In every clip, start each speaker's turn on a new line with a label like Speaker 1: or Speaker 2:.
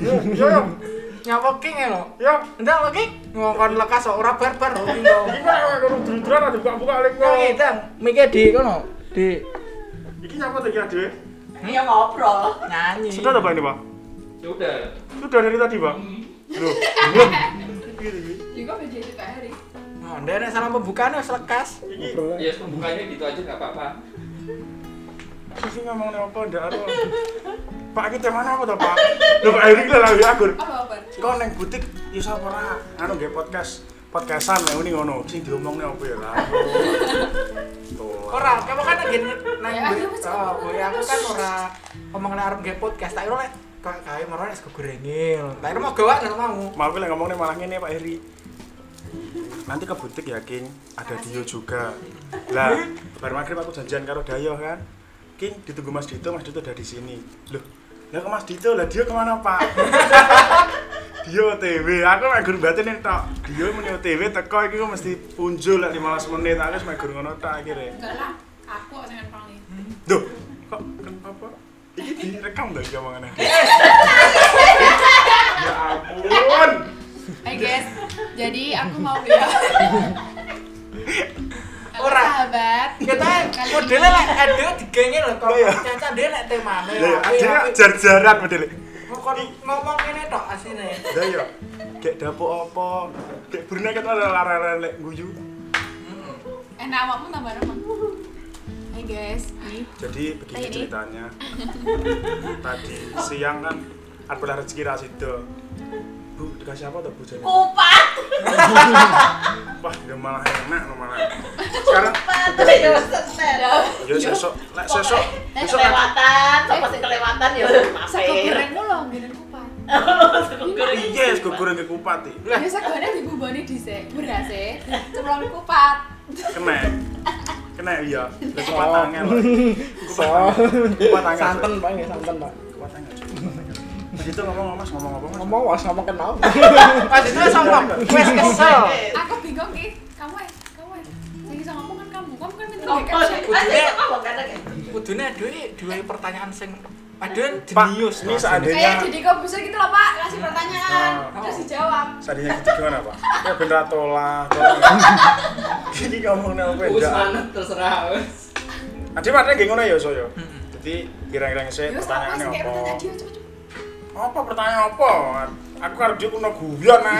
Speaker 1: Yo yo.
Speaker 2: Iya, Nyawa king ya lo.
Speaker 1: Yo.
Speaker 2: Ndak lagi ngongkon lekas kok ora barbar kok king lo.
Speaker 1: Iki kok karo dudran ada buka-buka lek
Speaker 2: Nang edang mike di kono. Di
Speaker 1: Iki nyapa tadi ada?
Speaker 3: Iya ngobrol.
Speaker 2: nyanyi.
Speaker 1: Sudah ada Pak ini, Pak?
Speaker 4: Sudah.
Speaker 1: Sudah dari tadi, Pak. Loh. Loh.
Speaker 3: Juga BJJ Pak Heri.
Speaker 2: Oh, ndak nek salam pembukaane wis lekas.
Speaker 1: Iki
Speaker 4: Ya pembukanya gitu aja nggak apa-apa.
Speaker 1: Sisi ngomong apa ndak ada. Pak iki teh mana apa to, Pak? Loh, Pak Erik lah lagi akur.
Speaker 3: Apa apa?
Speaker 1: Kok neng butik ya sapa ora? Anu nggih podcast. Podcastan lek muni ngono. Sing diomongne apa ya lah. Tuh.
Speaker 2: Ora, kamu kan lagi nang
Speaker 3: Ya,
Speaker 2: mburi.
Speaker 3: aku sih
Speaker 2: Oh,
Speaker 3: ngomong.
Speaker 2: mburi aku kan ora ngomong nang arep nge podcast. Tak kira lek kok gawe moro es gorengil. Tak kira mau gawak nang mau.
Speaker 1: Maaf lek ngomongnya malah ngene Pak Heri. Nanti ke butik ya, King. Ada Dio juga. Lah, bar maghrib aku janjian karo Dayo kan. King ditunggu Mas Dito, Mas Dito udah di sini. Loh, lah ke Mas Dito, lah Dio kemana Pak? Dio OTW, aku mek gur batin ini tok. Dio muni OTW teko iki kok mesti punjul lek 15 menit, aku wis mek gur ngono tok akhire.
Speaker 3: Enggak lah. Aku kok dengan paling.
Speaker 1: Duh, kok apa? Ini direkam lho iki omongannya. ya ampun.
Speaker 3: Hai guys. Jadi aku mau bilang. Halo,
Speaker 2: Ora. Ya,
Speaker 3: Sahabat.
Speaker 2: Kita
Speaker 3: Kali
Speaker 2: modelnya
Speaker 3: ini-
Speaker 2: lek ade digengil lho kalau
Speaker 1: Iya.
Speaker 2: cacat dia lek temane.
Speaker 1: Lah,
Speaker 2: Aku ya,
Speaker 1: akhirnya
Speaker 2: aku-
Speaker 1: jar-jaran modele.
Speaker 2: Ngomong ngomong ini tok asine.
Speaker 1: Lah ya, kayak dapur apa? Kayak Brunei kan ada lara-lara lek guyu.
Speaker 3: Enak awakmu eh, tambah remang. Hai guys. Nih.
Speaker 1: Jadi begini
Speaker 3: Ini.
Speaker 1: ceritanya. Tadi siang kan Arpela rezeki Rasido. Bu, dikasih apa tuh Bu Jani?
Speaker 3: Kupat.
Speaker 1: Wah, udah malah enak loh malah. Sekarang
Speaker 5: ya setel.
Speaker 1: ya sesok, lek sesok,
Speaker 3: Eh,
Speaker 5: Nek
Speaker 1: sesok kan
Speaker 5: kelewatan, apa sih kelewatan ya Oh,
Speaker 3: Saku
Speaker 5: mampir.
Speaker 3: Eh, goreng mulu ambilin kupat.
Speaker 1: Yes, gue goreng ke kupati.
Speaker 3: Ya sakone dibuboni dhisik, berase, cemplung kupat.
Speaker 1: Kena. Kena iya. Lek kupat tangan loh. Kupat tangan. Kupat tangan.
Speaker 6: santan pak ya santan pak
Speaker 1: Kupat tangan. cuy. Mas itu ngomong mas, ngomong apa mas?
Speaker 6: ngomong was ngomong kenal
Speaker 2: Pas itu sombong, wes kesel.
Speaker 3: Aku bingung ki, kamu eh, kamu eh. Saya bisa ngomong kan kamu, kamu kan pinter
Speaker 5: Ngomong.
Speaker 3: kayak caption.
Speaker 5: Aja sama ngomong kadang ya.
Speaker 2: Kudune aduwe dua pertanyaan sing padahal
Speaker 1: Pak,
Speaker 2: jenius.
Speaker 1: ini
Speaker 2: Mas.
Speaker 3: Kayak
Speaker 1: seandainya
Speaker 3: jadi komputer gitu loh Pak, kasih pertanyaan,
Speaker 1: Iya. Oh.
Speaker 3: terus dijawab.
Speaker 1: Sadinya gitu gimana pak? Ya bener tola Jadi ngomong apa
Speaker 4: Us
Speaker 1: ya?
Speaker 4: mana terserah. wes.
Speaker 1: Adi mana gak ngono ya soyo? Jadi kira-kira saya
Speaker 3: Terus apa sih
Speaker 1: pertanyaannya apa?
Speaker 3: kayak pertanyaan dia cepet-cepet.
Speaker 1: Apa pertanyaan apa? Aku harus dia kuno guyon aja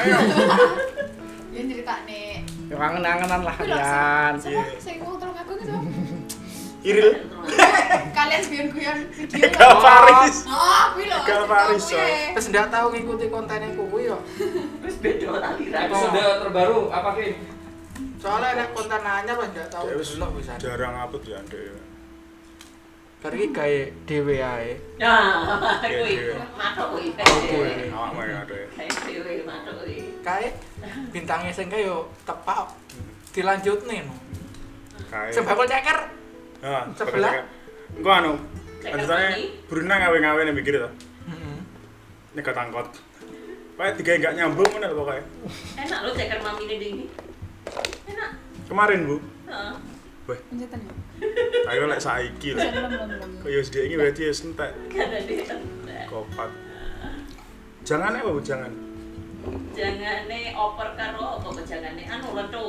Speaker 3: Ya cerita nih.
Speaker 6: ya kangen angenan lah
Speaker 3: Aku loh,
Speaker 6: kalian
Speaker 1: iya.
Speaker 3: siapa saya ngomong tolong aku gitu.
Speaker 1: Iril
Speaker 3: Kalian guyon-guyon video.
Speaker 1: Gal
Speaker 3: loh.
Speaker 1: Paris
Speaker 3: Oh, kuwi lho.
Speaker 1: Gal
Speaker 3: cerita
Speaker 1: Paris,
Speaker 3: kuwi.
Speaker 1: coy.
Speaker 2: Terus ndak tau ngikuti kontennya kuwi yo.
Speaker 5: Terus beda aliran.
Speaker 4: Episode terbaru apa Kim?
Speaker 2: Soalnya nek konten anyar wes ndak tau
Speaker 1: Dia wis
Speaker 2: delok bisa.
Speaker 1: jarang upload ya dia
Speaker 2: Kari iki gawe dhewe ae.
Speaker 5: Nah,
Speaker 1: Iya,
Speaker 5: kuwi.
Speaker 1: iya.
Speaker 5: Matok kuwi.
Speaker 2: kuwi.
Speaker 1: Awak mah ya dia
Speaker 5: Kayak dhewe matok kuwi.
Speaker 2: Kae bintangnya sing kae yo tepak dilanjutne no.
Speaker 1: Kayak
Speaker 2: Sing bakul ceker.
Speaker 1: Ah,
Speaker 2: sebelah.
Speaker 1: sebelah Gue anu
Speaker 5: Kayak
Speaker 1: Lanjutannya
Speaker 5: ini.
Speaker 1: Bruna ngawe-ngawe nih mikir tuh Nyegat angkot Pokoknya tiga yang gak nyambung bener pokoknya
Speaker 5: Enak lo ceker mami ini dingin. Enak.
Speaker 1: Kemarin bu
Speaker 5: Heeh.
Speaker 3: Pencetan ya.
Speaker 1: Ayo lek saiki lho.
Speaker 3: Belum, belum, belum.
Speaker 1: Kok yo sedek iki berarti wis entek
Speaker 5: Gak ada deh.
Speaker 1: kopat. Jangan apa Bu, jangan.
Speaker 5: Jangane oper karo apa kejangane anu letu.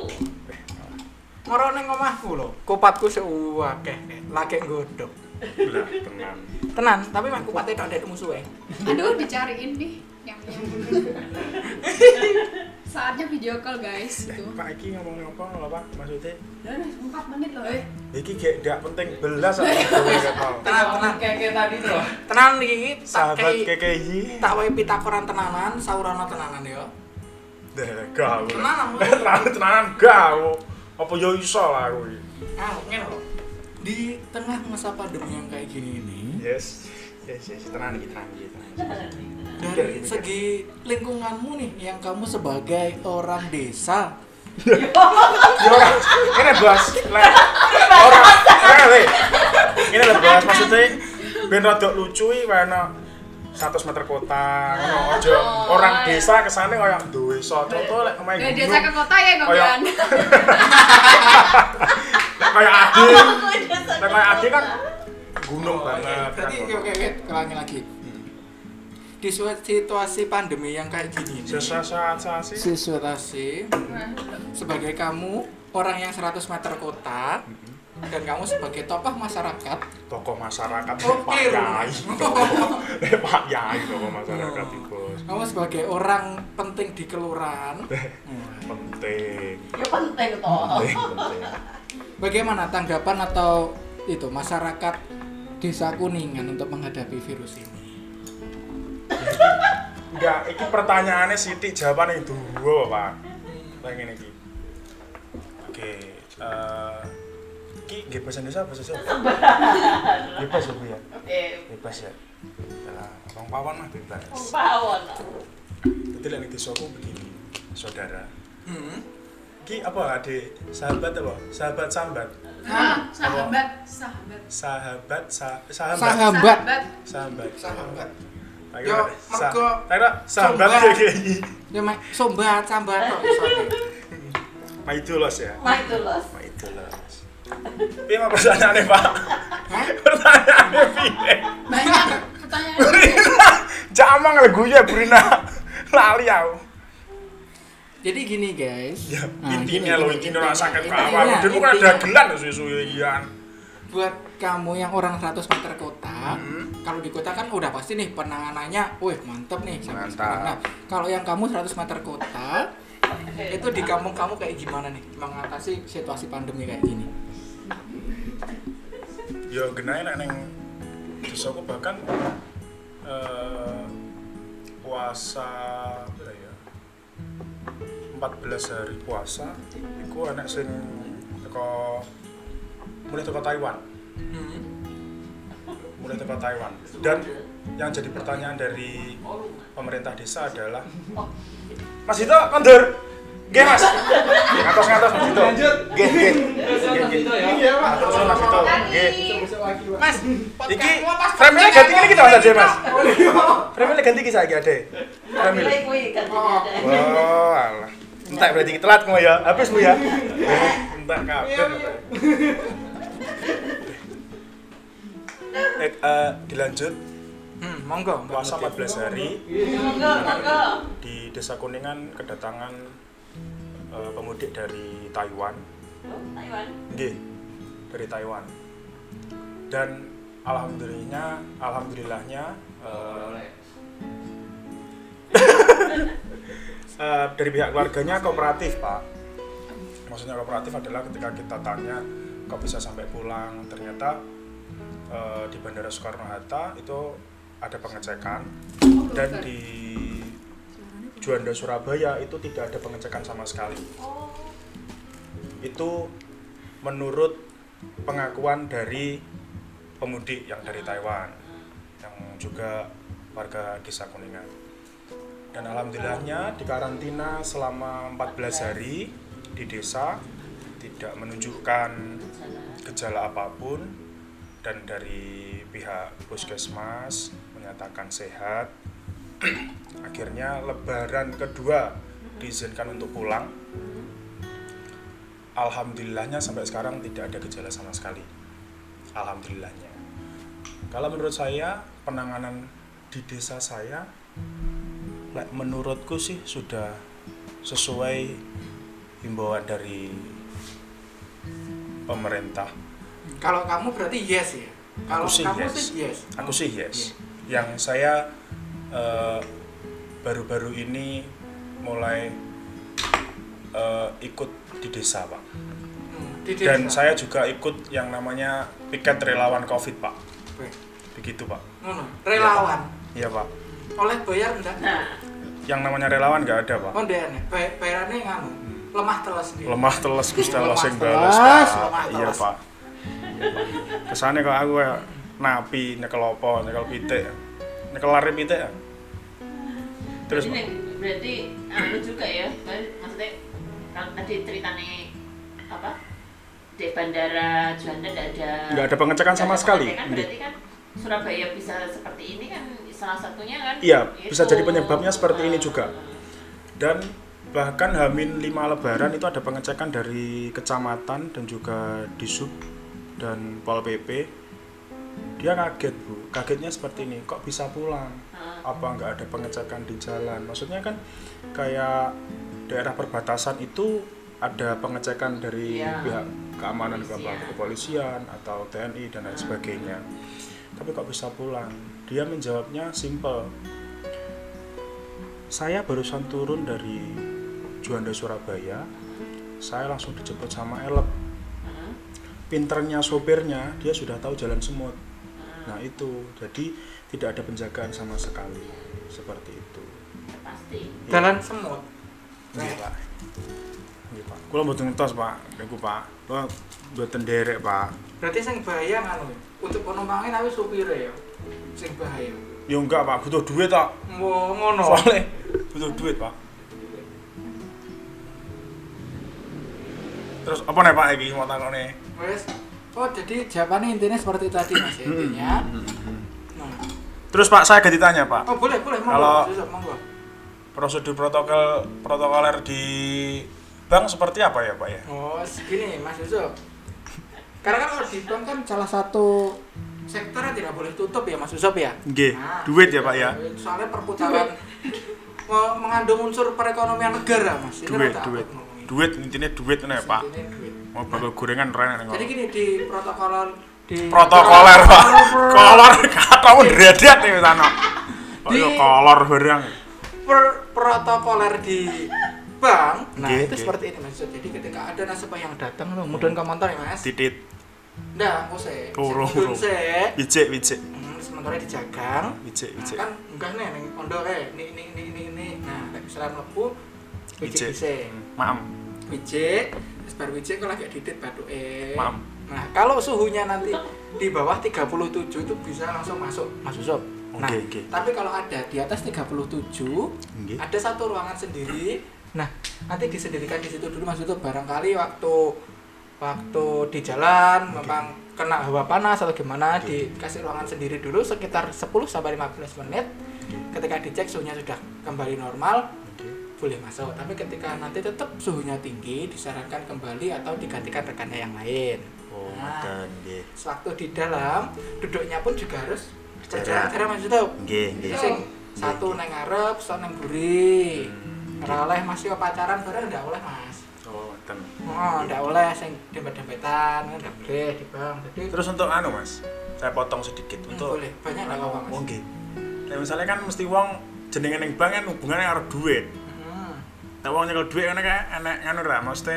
Speaker 2: Ngoro ning omahku lho. Kupatku sik akeh lagi nggodhog.
Speaker 1: Lah tenan.
Speaker 2: Tenan, tapi mah kupate tok ndek musuhe.
Speaker 3: Aduh, dicariin nih nyamnya. Saatnya video call guys
Speaker 1: Eh,
Speaker 3: itu.
Speaker 1: Pak iki ngomong apa lho Pak? Maksudnya
Speaker 3: Udah, udah, 4 menit loh. Eh,
Speaker 1: iki gak ndak penting belas apa gue gak tau.
Speaker 2: Tenang, tenang.
Speaker 4: Kayak tadi tuh.
Speaker 2: Tenan iki tak
Speaker 1: Sahabat
Speaker 2: kei
Speaker 1: KKI.
Speaker 2: tak wae pitakoran tenanan, saurana tenanan yo.
Speaker 1: Dah gawe.
Speaker 2: Tenanan, Bu.
Speaker 1: Tenanan tenanan gawe. Apa yo iso lah aku iki.
Speaker 2: Ah, ngene lho. Di tengah masa pandemi yang kayak gini ini,
Speaker 1: Yes. Yes, yes, tenan iki tenan iki tenan. iki.
Speaker 2: dari segi lingkunganmu nih yang kamu sebagai orang desa
Speaker 1: Yo ora. Ini bahas lek ora. Ora le. Ini lho bahas maksudnya ben rada lucu iki ana 100 meter kota, ngono aja orang desa kesane koyo desa. Contoh lek omahe
Speaker 3: Dari
Speaker 1: gunung,
Speaker 3: desa ke kota ya
Speaker 1: Kayak-
Speaker 3: ngomongin.
Speaker 1: lek koyo ade,
Speaker 5: Kuwi
Speaker 1: Oh,
Speaker 5: desa
Speaker 1: lek koyo ade kan gunung banget kan.
Speaker 2: berarti oke oke oke, ulangi lagi di suat- situasi pandemi yang kayak gini ini,
Speaker 1: Sesasasi.
Speaker 2: situasi sebagai kamu orang yang 100 meter kota dan kamu sebagai tokoh masyarakat
Speaker 1: Tokoh masyarakat
Speaker 2: Oke,
Speaker 1: Pak
Speaker 2: Rumah.
Speaker 1: Yai. tokoh. Eh, Pak Yai tokoh masyarakat
Speaker 2: Oh.
Speaker 1: itu, Bos.
Speaker 2: kamu sebagai orang penting di kelurahan
Speaker 1: Penting.
Speaker 5: Ya penting toh.
Speaker 1: Penting, penting.
Speaker 2: bagaimana tanggapan atau itu masyarakat desa kuningan untuk menghadapi virus ini
Speaker 1: Enggak, iki pertanyaannya Siti jawaban yang dua, Pak. Pengen iki. Oke, eh iki nggih bahasa Indonesia bahasa Jawa. Bebas ya, Bu ya.
Speaker 5: Eh,
Speaker 1: Bebas ya. Nah, orang pawon mah bebas.
Speaker 5: pawon.
Speaker 1: Jadi lek di aku begini, saudara.
Speaker 2: hmm.
Speaker 1: Ki apa ade sahabat apa? Sahabat sambat.
Speaker 3: Nah, sahabat, sahabat.
Speaker 1: Sahabat sa sahabat.
Speaker 2: sahabat
Speaker 1: Sahabat.
Speaker 2: sahabat
Speaker 1: Ayo,
Speaker 2: Yo,
Speaker 1: sa-
Speaker 2: mergo
Speaker 1: ayo, sahabat
Speaker 2: sombat.
Speaker 1: ya kayaknya.
Speaker 2: ya mak sombat sambat kok iso.
Speaker 1: Pak Idolos ya.
Speaker 5: Nah itu los.
Speaker 1: Pak Idolos. Piye mah pertanyaannya, Pak?
Speaker 2: Hah?
Speaker 1: Pertanyaannya piye?
Speaker 3: Banyak pertanyaan.
Speaker 1: Brina, jamang lagu ya Brina. Lali aku.
Speaker 2: Jadi gini guys.
Speaker 1: Ya,
Speaker 2: Nah,
Speaker 1: intinya
Speaker 2: gini,
Speaker 1: lo
Speaker 2: gini,
Speaker 1: intinya orang sakit
Speaker 2: intinya,
Speaker 1: kawal. Dulu kan
Speaker 2: intinya.
Speaker 1: ada gelan susu iyan.
Speaker 2: Buat kamu yang orang 100 meter kota,
Speaker 1: Hmm.
Speaker 2: kalau di kota kan udah pasti nih penanganannya, wih mantep nih sampai
Speaker 1: Mantap.
Speaker 2: sekarang. Nah, kalau yang kamu 100 meter kota, itu di kampung kamu kayak gimana nih mengatasi situasi pandemi kayak gini?
Speaker 1: ya genai nek neng desaku bahkan eh, puasa apa ya 14 hari puasa iku anak sing teko mulai teko Taiwan mulai teko Taiwan dan yang jadi pertanyaan dari pemerintah desa adalah Mas Dito kondur Nggih Mas ngatos ngatos Mas Dito
Speaker 4: Lanjut.
Speaker 1: Nggih nggih
Speaker 4: Terus
Speaker 1: Nggih,
Speaker 4: atas
Speaker 1: nggih.
Speaker 4: itu ya.
Speaker 1: Ngatos Mas Dito nggih
Speaker 2: Mas,
Speaker 1: Iki frame-nya ganti ini kita saja mas. Frame-nya ganti kita lagi ada.
Speaker 5: Tapi
Speaker 1: Frame.
Speaker 5: lagi gantinya deh.
Speaker 1: Wow, alah. Entek berarti telat kamu ya. Habis mu ya. Entek kabeh. Eh, eh, dilanjut
Speaker 2: Hmm, monggo. Mbak
Speaker 1: puasa
Speaker 2: Mutia.
Speaker 1: 14 hari
Speaker 5: Monggo, monggo.
Speaker 1: di Desa Kuningan kedatangan eh, pemudik dari Taiwan.
Speaker 5: Oh, Taiwan.
Speaker 1: Nggih, dari Taiwan. Dan alhamdulillahnya, alhamdulillahnya eh,
Speaker 4: Oleh.
Speaker 1: Eh, dari pihak keluarganya kooperatif pak maksudnya kooperatif adalah ketika kita tanya kok bisa sampai pulang ternyata eh, di bandara Soekarno Hatta itu ada pengecekan dan di Juanda Surabaya itu tidak ada pengecekan sama sekali itu menurut pengakuan dari pemudik yang dari Taiwan yang juga warga desa Kuningan dan alhamdulillahnya di karantina selama 14 hari di desa tidak menunjukkan gejala apapun dan dari pihak puskesmas menyatakan sehat akhirnya lebaran kedua diizinkan untuk pulang alhamdulillahnya sampai sekarang tidak ada gejala sama sekali alhamdulillahnya kalau menurut saya penanganan di desa saya Lek menurutku sih sudah sesuai himbauan dari pemerintah.
Speaker 2: Kalau kamu berarti yes ya. Kalau
Speaker 1: Aku sih
Speaker 2: kamu
Speaker 1: yes.
Speaker 2: sih yes. Iya.
Speaker 1: Aku sih yes. Yang saya eh, baru-baru ini mulai eh, ikut di desa, Pak.
Speaker 2: Hmm, di desa.
Speaker 1: Dan saya juga ikut yang namanya piket relawan Covid, Pak.
Speaker 2: Baik.
Speaker 1: Begitu, Pak.
Speaker 2: Ngono, relawan.
Speaker 1: Iya, Pak.
Speaker 2: Oleh bayar enggak?
Speaker 5: Nah,
Speaker 1: Yang namanya relawan nggak ada, Pak.
Speaker 2: Oh, ndekne. Bay- Bayarane nganu. Lemah telas sendiri.
Speaker 1: lemah teles Gusti Allah sing
Speaker 2: Lemah
Speaker 1: bales
Speaker 2: teles,
Speaker 1: Pak.
Speaker 2: lemah
Speaker 1: iya
Speaker 2: teles.
Speaker 1: pak kesane kok aku kayak napi nyekel apa nyekel pitik nyekel lari pitik ya terus
Speaker 5: terus
Speaker 1: Pak.
Speaker 5: berarti anu juga ya. kan? Maksudnya kan tadi ceritanya apa? Di bandara Juanda enggak ada
Speaker 1: nggak ada pengecekan sama sekali
Speaker 5: Kan berarti kan Surabaya bisa seperti ini kan salah satunya kan.
Speaker 1: Iya, bisa
Speaker 5: itu.
Speaker 1: jadi penyebabnya seperti ini
Speaker 5: Ah.
Speaker 1: juga. dan bahkan Hamin 5 lebaran itu ada pengecekan dari kecamatan dan juga di sub dan Pol PP Dia kaget bu, kagetnya seperti ini, kok bisa pulang?
Speaker 5: Ah.
Speaker 1: Apa nggak ada pengecekan di jalan? Maksudnya kan kayak daerah perbatasan itu ada pengecekan dari
Speaker 5: Iya.
Speaker 1: pihak keamanan
Speaker 5: Kepolisian.
Speaker 1: bapak kepolisian atau TNI dan lain sebagainya. Tapi kok bisa pulang? Dia menjawabnya simple. Saya barusan turun dari Juanda Surabaya. Saya langsung dijemput sama Elep
Speaker 5: Ah.
Speaker 1: pinternya sopirnya dia sudah tahu jalan semut
Speaker 5: ah,
Speaker 1: nah itu jadi tidak ada penjagaan sama sekali seperti itu
Speaker 5: ah, pasti
Speaker 2: Jalan semut.
Speaker 1: Nggih, pak Nggih, pak kula mboten ngetos pak niku pak kula mboten derek pak
Speaker 2: Berarti sing bahaya ngono. ya? Untuk penumpangnya tapi supire ya. Sing bahaya.
Speaker 1: ya enggak pak butuh duit tak
Speaker 2: Wo ngono.
Speaker 1: soalnya butuh duit pak terus apa nih pak iki mau takon nih
Speaker 2: Wes. Oh, jadi jawabannya intinya seperti tadi Mas ya, intinya.
Speaker 1: Hmm.
Speaker 2: Nah.
Speaker 1: terus pak saya ganti tanya pak
Speaker 2: Oh, boleh, boleh. Monggo,
Speaker 1: Kalau-
Speaker 2: Mas Yusuf, monggo.
Speaker 1: prosedur protokol protokoler di bank seperti apa ya pak ya
Speaker 2: Oh, segini Mas Yusuf. Karena kan kalau di bank kan salah satu sektor yang tidak boleh tutup ya Mas Yusuf ya.
Speaker 1: Nggih,
Speaker 2: Nah,
Speaker 1: duit ya, Pak, ya?
Speaker 2: Soalnya perputaran me- mengandung unsur perekonomian negara Mas. Ini
Speaker 1: duit
Speaker 2: rada
Speaker 1: duit
Speaker 2: abot ngomongin.
Speaker 1: duit intinya duit nih pak
Speaker 2: Intinya duit.
Speaker 1: mau bakal Oh, gorengan rene
Speaker 2: Jadi
Speaker 1: nih kok.
Speaker 2: gini di protokol di
Speaker 1: protokoler pak kolor kamu dreadat nih sana oh
Speaker 2: Di-
Speaker 1: iya kolor barang
Speaker 2: per- protokoler di bank. Nah,
Speaker 1: Oke,
Speaker 2: itu
Speaker 1: oke.
Speaker 2: seperti ini Mas. Yusuf. Jadi ketika ada nasabah yang datang kemudian ke kantor ya Mas.
Speaker 1: titit
Speaker 2: Nah, aku sih.
Speaker 1: Urung, urung.
Speaker 2: Saya
Speaker 1: ijek ijek
Speaker 2: Hmm, sementara dijagang
Speaker 1: ijek ijek
Speaker 2: kan enggak nih ning pondok eh ini ini ini ini ini nah lek misalnya mlebu wijik Ah. dhisik
Speaker 1: maam
Speaker 2: wijik terus baru wijik kalau agak didit bathuke
Speaker 1: Maam.
Speaker 2: nah kalau suhunya nanti di bawah 37 itu bisa langsung masuk masuk sob nah
Speaker 1: Oke, oke.
Speaker 2: tapi kalau ada di atas 37
Speaker 1: Nggih.
Speaker 2: ada satu ruangan sendiri nah nanti disendirikan di situ dulu maksudnya barangkali waktu waktu di jalan memang kena hawa panas atau gimana dikasih ruangan sendiri dulu sekitar 10 sampai 15 menit ketika dicek suhunya sudah kembali normal boleh masuk tapi ketika nanti tetap suhunya tinggi disarankan kembali atau digantikan rekannya yang lain
Speaker 1: oh
Speaker 2: Nah.
Speaker 1: dan nggih
Speaker 2: sewaktu di dalam duduknya pun juga harus
Speaker 1: Berjarak.
Speaker 2: berjarak maksudnya
Speaker 1: nggih nggih
Speaker 2: sing satu neng ngarep, satu neng buri. Ora oleh Mas yo pacaran bareng ndak oleh Mas.
Speaker 1: oh dan
Speaker 2: Oh, ndak oleh sing dempet-dempetan ndak boleh di bang. Jadi
Speaker 1: terus untuk anu mas saya potong sedikit
Speaker 2: Hmm,
Speaker 1: untuk
Speaker 2: boleh. Banyak nggak
Speaker 1: anu
Speaker 2: apa-apa, Mas.
Speaker 1: wong nggih Nah, misalnya kan mesti wong jenengan yang bank kan hubungannya karo duit
Speaker 2: hmm,
Speaker 1: Nah, wong nyekel dhuwit ngene kae enek ngono ra, maksudnya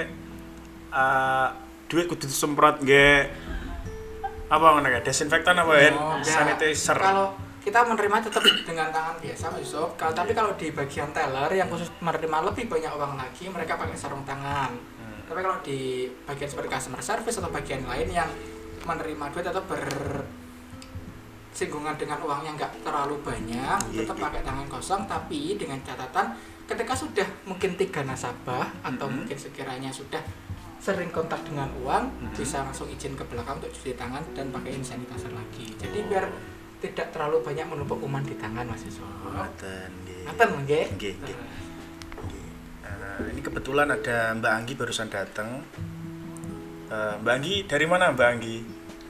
Speaker 1: eh duit kudu disemprot nggih apa ngono kae, desinfektan apa hand
Speaker 2: oh, nggak.
Speaker 1: sanitizer.
Speaker 2: Kalau kita menerima tetap dengan tangan biasa Mas Yusuf. Kalau tapi
Speaker 1: Iya.
Speaker 2: kalau di bagian teller yang khusus menerima lebih banyak uang lagi, mereka pakai sarung tangan.
Speaker 1: Hmm.
Speaker 2: Tapi kalau di bagian seperti customer service atau bagian lain yang menerima duit atau ber singgungan dengan uang yang nggak terlalu banyak
Speaker 1: Iya,
Speaker 2: tetap
Speaker 1: iya.
Speaker 2: pakai tangan kosong tapi dengan catatan ketika sudah mungkin tiga nasabah atau
Speaker 1: Hmm.
Speaker 2: mungkin sekiranya sudah sering kontak dengan uang
Speaker 1: Mhm.
Speaker 2: bisa langsung izin ke belakang untuk cuci tangan dan pakaiin sanitizer lagi jadi biar tidak terlalu banyak menumpuk kuman di tangan mas Yusuf
Speaker 1: Ngoten nggih.
Speaker 2: apa mungkin
Speaker 1: Nggih, nggih. Nggih. Eh, ini kebetulan ada Mbak Anggi barusan datang. Eh, Mbak Anggi dari mana Mbak Anggi?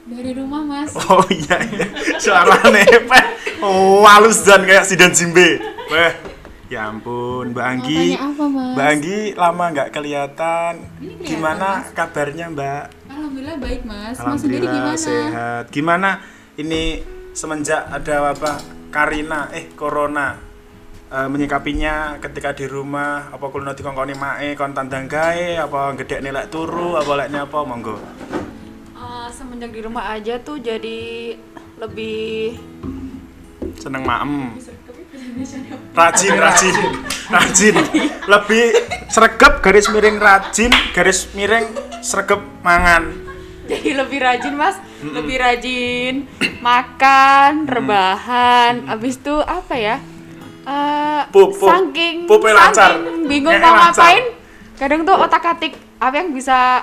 Speaker 3: Dari rumah mas.
Speaker 1: Oh iya, iya. suarane peh. Oh, halus dan kayak Sidan Simbe. Peh. Ya ampun, Mbak
Speaker 3: Mau
Speaker 1: Anggi.
Speaker 3: tanya apa mas?
Speaker 1: Mbak Anggi lama nggak kelihatan.
Speaker 3: Ini kelihatan,
Speaker 1: Gimana
Speaker 3: Mas.
Speaker 1: kabarnya Mbak?
Speaker 3: Alhamdulillah baik mas. Mas sendiri gimana?
Speaker 1: sehat. Gimana ini semenjak ada apa Karina eh Corona eh, menyikapinya ketika di rumah apa kulno dikongkoni mae kon tandang gae apa gedek lek turu apa leknya apa monggo.
Speaker 7: Eh, semenjak di rumah aja tuh jadi lebih
Speaker 1: Seneng maem. Rajin, rajin, rajin. Lebih sregep garis miring rajin, garis miring sregep mangan.
Speaker 7: jadi lebih rajin mas lebih rajin makan rebahan abis itu apa ya Eh,
Speaker 1: Pup, pup.
Speaker 7: saking
Speaker 1: Pupnya lancar.
Speaker 7: saking bingung
Speaker 1: Kayaknya
Speaker 7: mau
Speaker 1: lancar.
Speaker 7: ngapain kadang tuh otak atik apa yang bisa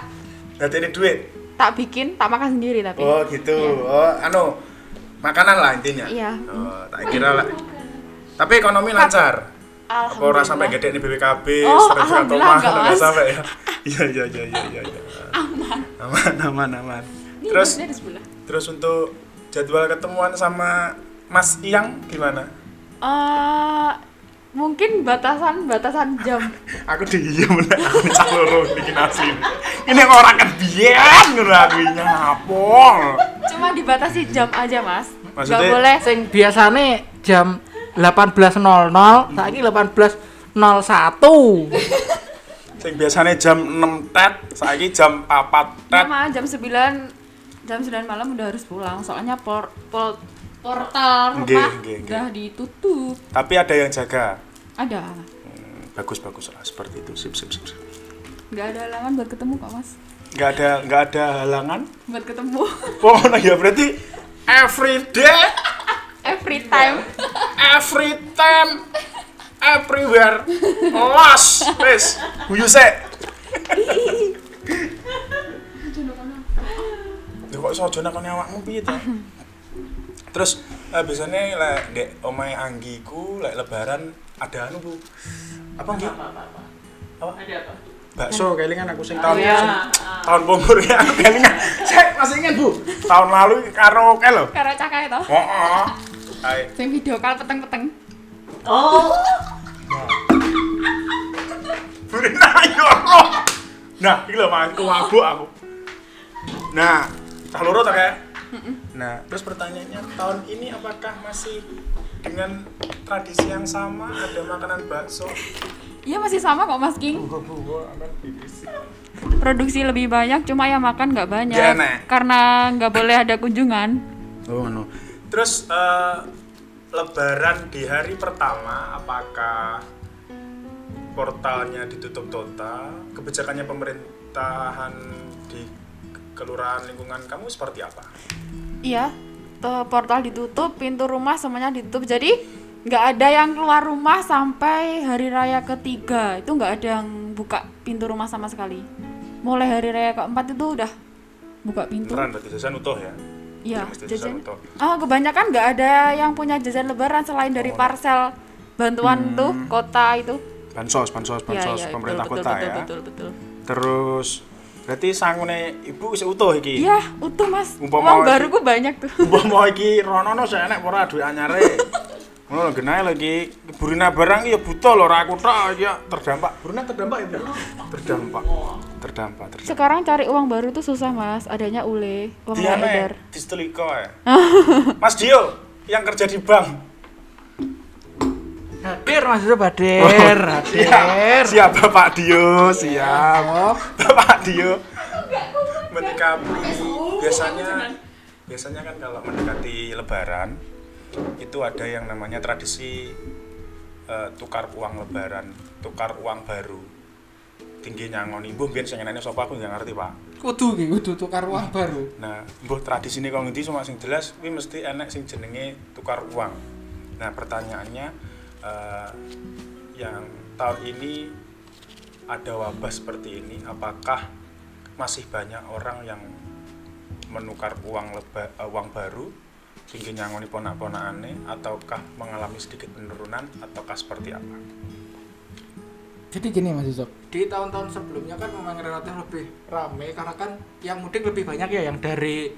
Speaker 1: Berarti ini duit.
Speaker 7: tak bikin tak makan sendiri tapi
Speaker 1: Oh gitu. Oh anu makanan lah intinya.
Speaker 7: Iya.
Speaker 1: Oh, tak kira lah. Tapi ekonomi lancar. Apa
Speaker 7: alhamdulillah
Speaker 1: orang sampai gede nih BPKB,
Speaker 7: Oh,
Speaker 1: stres atau
Speaker 7: alhamdulillah
Speaker 1: mah
Speaker 7: enggak,
Speaker 1: enggak
Speaker 7: Mas.
Speaker 1: sampai ya. Iya iya iya iya iya. Aman. Aman aman aman.
Speaker 7: Ini
Speaker 1: Terus
Speaker 7: harusnya di sebelah.
Speaker 1: terus untuk jadwal ketemuan sama Mas Iyang gimana?
Speaker 7: Eh, mungkin batasan-batasan jam.
Speaker 1: Aku diiye meneh aku caloro bikin asin. Ini kok ora kebiyen ngono aku iki, nyapong.
Speaker 7: Cuma dibatasi jam aja, Mas.
Speaker 1: Maksudnya-
Speaker 7: Gak boleh
Speaker 2: Sing biasane jam 18.00, saiki 18.01.
Speaker 1: Sing biasanya jam 6 tet, saiki jam 4 tet.
Speaker 7: sama jam 9 jam 9 malam udah harus pulang. Soalnya por, por- portal
Speaker 1: Nggih,
Speaker 7: rumah
Speaker 1: nggih, nggih.
Speaker 7: udah ditutup.
Speaker 1: Tapi ada yang jaga. Hmm,
Speaker 7: Ada.
Speaker 1: Bagus-bagus lah seperti itu. Sip sip sip. sip.
Speaker 7: Gak ada halangan buat ketemu kok, Mas.
Speaker 1: Nggak ada nggak ada halangan.
Speaker 7: Buat ketemu
Speaker 1: Oh, nah ya berarti every day, Iya.
Speaker 7: every time.
Speaker 1: every time, everywhere, lost, wes, guyu sek. Ya kok iso jona kene awakmu piye ta? Terus eh, biasanya lek ndek omahe Anggi ku lek lebaran ada anu Bu. Apa Anggi?
Speaker 5: apa-apa.
Speaker 1: Apa?
Speaker 5: Ada apa?
Speaker 1: Bakso kelingan aku sing
Speaker 5: Oh
Speaker 1: tahun
Speaker 5: iya.
Speaker 1: sing- tahun pungkur ya aku kelingan. Saya masih ingat Bu. Tahun lalu karaoke loh.
Speaker 7: Karena cakae toh.
Speaker 1: Oh, oh. Ayo.
Speaker 7: Sing video call peteng-peteng.
Speaker 5: Oh,
Speaker 1: Burin ayo. Nah, iki lho mangku mabuk aku. Nah, cah loro ta kayak? Nah, terus pertanyaannya tahun ini apakah masih dengan tradisi yang sama ada makanan bakso?
Speaker 7: Iya masih sama kok Mas King. Produksi lebih banyak cuma yang makan nggak banyak
Speaker 1: Nggak enak.
Speaker 7: karena nggak boleh ada kunjungan.
Speaker 1: Oh, no. Terus eh, lebaran di hari pertama apakah portalnya ditutup total? Kebijakannya pemerintahan di kelurahan lingkungan kamu seperti apa?
Speaker 7: Iya, te- portal ditutup, pintu rumah semuanya ditutup. Jadi nggak ada yang keluar rumah sampai hari raya ketiga itu nggak ada yang buka pintu rumah sama sekali. Mulai hari raya keempat itu udah buka pintu.
Speaker 1: Beneran berarti jajan utuh ya?
Speaker 7: Iya,
Speaker 1: Mesti
Speaker 7: jajan.
Speaker 1: utuh.
Speaker 7: Oh, kebanyakan nggak ada yang punya jajan lebaran selain
Speaker 1: Oh.
Speaker 7: dari parcel bantuan tuh kota itu.
Speaker 1: bansos bansos
Speaker 7: Iya,
Speaker 1: Hmm. bansos
Speaker 7: iya, betul,
Speaker 1: pemerintah
Speaker 7: betul,
Speaker 1: kota
Speaker 7: betul,
Speaker 1: ya
Speaker 7: Betul, betul,
Speaker 1: terus berarti sangune ibu isih utuh iki
Speaker 7: Iya, utuh Mas.
Speaker 1: Umpama-
Speaker 7: Uang baruku banyak tuh.
Speaker 1: umpama iki ronono saya enek ora duwe anyare ngono lho genahe lho iki burina barang iki ya buta lho ora aku tok iki ya terdampak burina terdampak ya Bu? terdampak terdampak terdampak
Speaker 7: Sekarang cari uang baru tuh susah, Mas. Adanya ule, uang
Speaker 1: dia
Speaker 7: yang
Speaker 1: nek
Speaker 7: edar.
Speaker 1: disetelika ya Mas Dio yang kerja di bank
Speaker 2: Hadir Mas Yusuf,
Speaker 1: Oh,
Speaker 2: hadir,
Speaker 1: iya.
Speaker 2: hadir.
Speaker 1: siap siap Bapak Dio siap
Speaker 2: Oh,
Speaker 1: Bapak Dio mendekati biasanya biasanya kan kalau mendekati lebaran itu ada yang namanya tradisi eh, tukar uang lebaran tukar uang baru tinggi nyangoni mbuh biyen sing enane sapa aku nggak ngerti Pak
Speaker 2: kudu iki kudu tukar uang baru.
Speaker 1: nah mbuh tradisine kok ngendi cuma sing jelas kuwi mesti enek sing jenenge tukar uang nah pertanyaannya eh, yang tahun ini ada wabah seperti ini apakah masih banyak orang yang menukar uang leba, eh, uang baru tinggi nyangoni ponak-ponakane ataukah mengalami sedikit penurunan ataukah seperti apa
Speaker 2: Jadi gini Mas Yusuf, di tahun-tahun sebelumnya kan memang relatif lebih rame karena kan yang mudik lebih banyak ya yang dari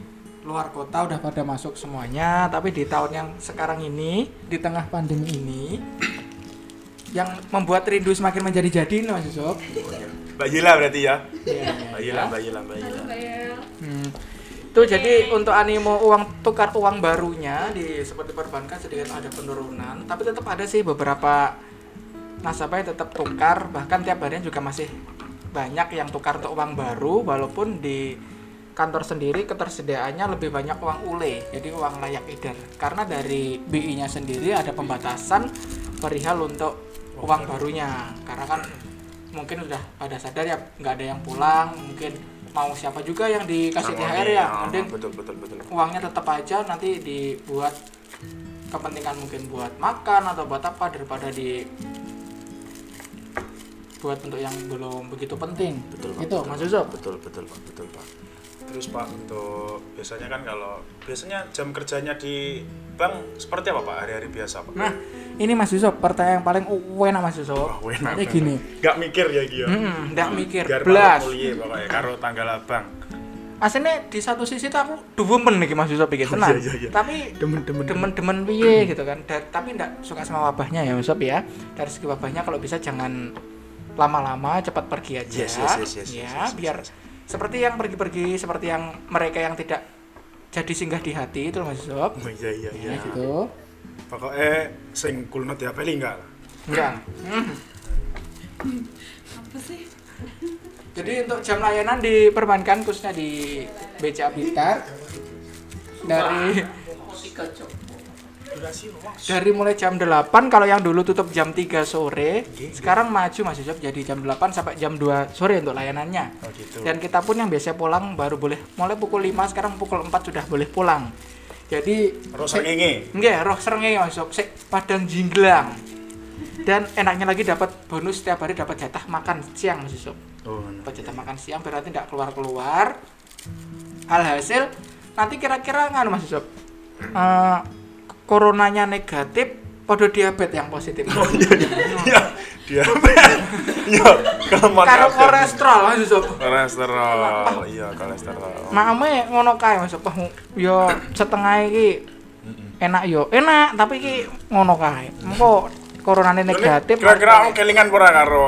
Speaker 2: luar kota udah pada masuk semuanya, tapi di tahun yang sekarang ini di tengah pandemi ini yang membuat rindu semakin menjadi-jadi nih Mas Yusuf.
Speaker 1: Mbak Yila berarti ya
Speaker 2: Iya.
Speaker 1: Mbak Yila Mbak Yila Mbak Yila
Speaker 2: Hmm. Itu jadi untuk animo uang tukar uang barunya di seperti perbankan sedikit ada penurunan, tapi tetap ada sih beberapa nasabah yang tetap tukar, bahkan tiap harinya juga masih banyak yang tukar untuk uang baru walaupun di kantor sendiri ketersediaannya lebih banyak uang ule, jadi uang layak edar. Karena dari BI-nya sendiri ada pembatasan perihal untuk uang barunya. Karena kan mungkin udah pada sadar ya nggak ada yang pulang mungkin mau siapa juga yang dikasih
Speaker 1: Nyangoni,
Speaker 2: THR ya
Speaker 1: ah,
Speaker 2: mending
Speaker 1: betul betul betul
Speaker 2: uangnya tetap aja nanti dibuat kepentingan mungkin buat makan atau buat apa daripada di buat untuk yang belum begitu penting
Speaker 1: betul Pak.
Speaker 2: gitu
Speaker 1: Betul,
Speaker 2: Mas
Speaker 1: Pak.
Speaker 2: Yusuf
Speaker 1: betul betul pak betul pak terus pak untuk biasanya kan kalau biasanya jam kerjanya di bank seperti apa pak hari-hari biasa pak
Speaker 2: nah ini Mas Yusuf pertanyaan yang paling oh, enak Mas Yusuf
Speaker 1: Wah, enak
Speaker 2: Ini
Speaker 1: banget.
Speaker 2: gini
Speaker 1: nggak mikir ya Gio
Speaker 2: Mm-mm, nggak mikir
Speaker 1: biar
Speaker 2: belas
Speaker 1: mulia pokoknya karo tanggal abang
Speaker 2: aslinya di satu sisi tuh aku demen iki Mas Yusuf pikir tenan.
Speaker 1: Iya, iya, iya.
Speaker 2: Tapi
Speaker 1: Demen-demen.
Speaker 2: demen-demen
Speaker 1: Hmm.
Speaker 2: piye gitu kan. Da- tapi ndak suka sama wabahnya ya Mas Yusuf ya. Dari segi wabahnya kalau bisa jangan lama-lama cepat pergi aja.
Speaker 1: Yes, yes, yes, yes,
Speaker 2: ya,
Speaker 1: yes, yes, yes,
Speaker 2: biar
Speaker 1: yes.
Speaker 2: seperti yang pergi-pergi, seperti yang mereka yang tidak jadi singgah di hati itu loh, Mas Yusuf.
Speaker 1: Oh, iya iya iya.
Speaker 2: Ya gitu.
Speaker 1: Pokoknya sing kulno diapeli enggak lah.
Speaker 2: Enggak.
Speaker 3: Apa sih?
Speaker 2: Jadi untuk jam layanan di perbankan khususnya di BCA Blitar dari
Speaker 5: Mau tiga jam.
Speaker 1: Durasi ruang.
Speaker 2: dari mulai jam 8 kalau yang dulu tutup jam 3 sore, sekarang maju Mas Yusuf jadi jam 8 sampai jam 2 sore untuk layanannya.
Speaker 1: Oh gitu.
Speaker 2: Dan kita pun yang biasanya pulang baru boleh mulai pukul 5 sekarang pukul 4 sudah boleh pulang. Jadi
Speaker 1: Terus ngenge.
Speaker 2: Nggih, roh serenge Mas Yusuf, sik padang jingglang. Dan enaknya lagi dapat bonus setiap hari dapat jatah makan siang Mas Yusuf.
Speaker 1: Oh, ngono.
Speaker 2: dapat jatah makan siang berarti tidak keluar keluar alhasil nanti kira-kira nggak mas Yusuf Eh, coronanya negatif podo diabetes yang positif
Speaker 1: Ya, diabetes. Ya, kamu
Speaker 2: karo kolesterol mas Yusuf
Speaker 1: Kolesterol. Iya, kolesterol.
Speaker 2: maame ngono kae mas Yusuf Wah, yo setengah iki enak yo enak tapi iki ngono kae engko coronanya negatif
Speaker 1: Kira-kira aku kelingan ora karo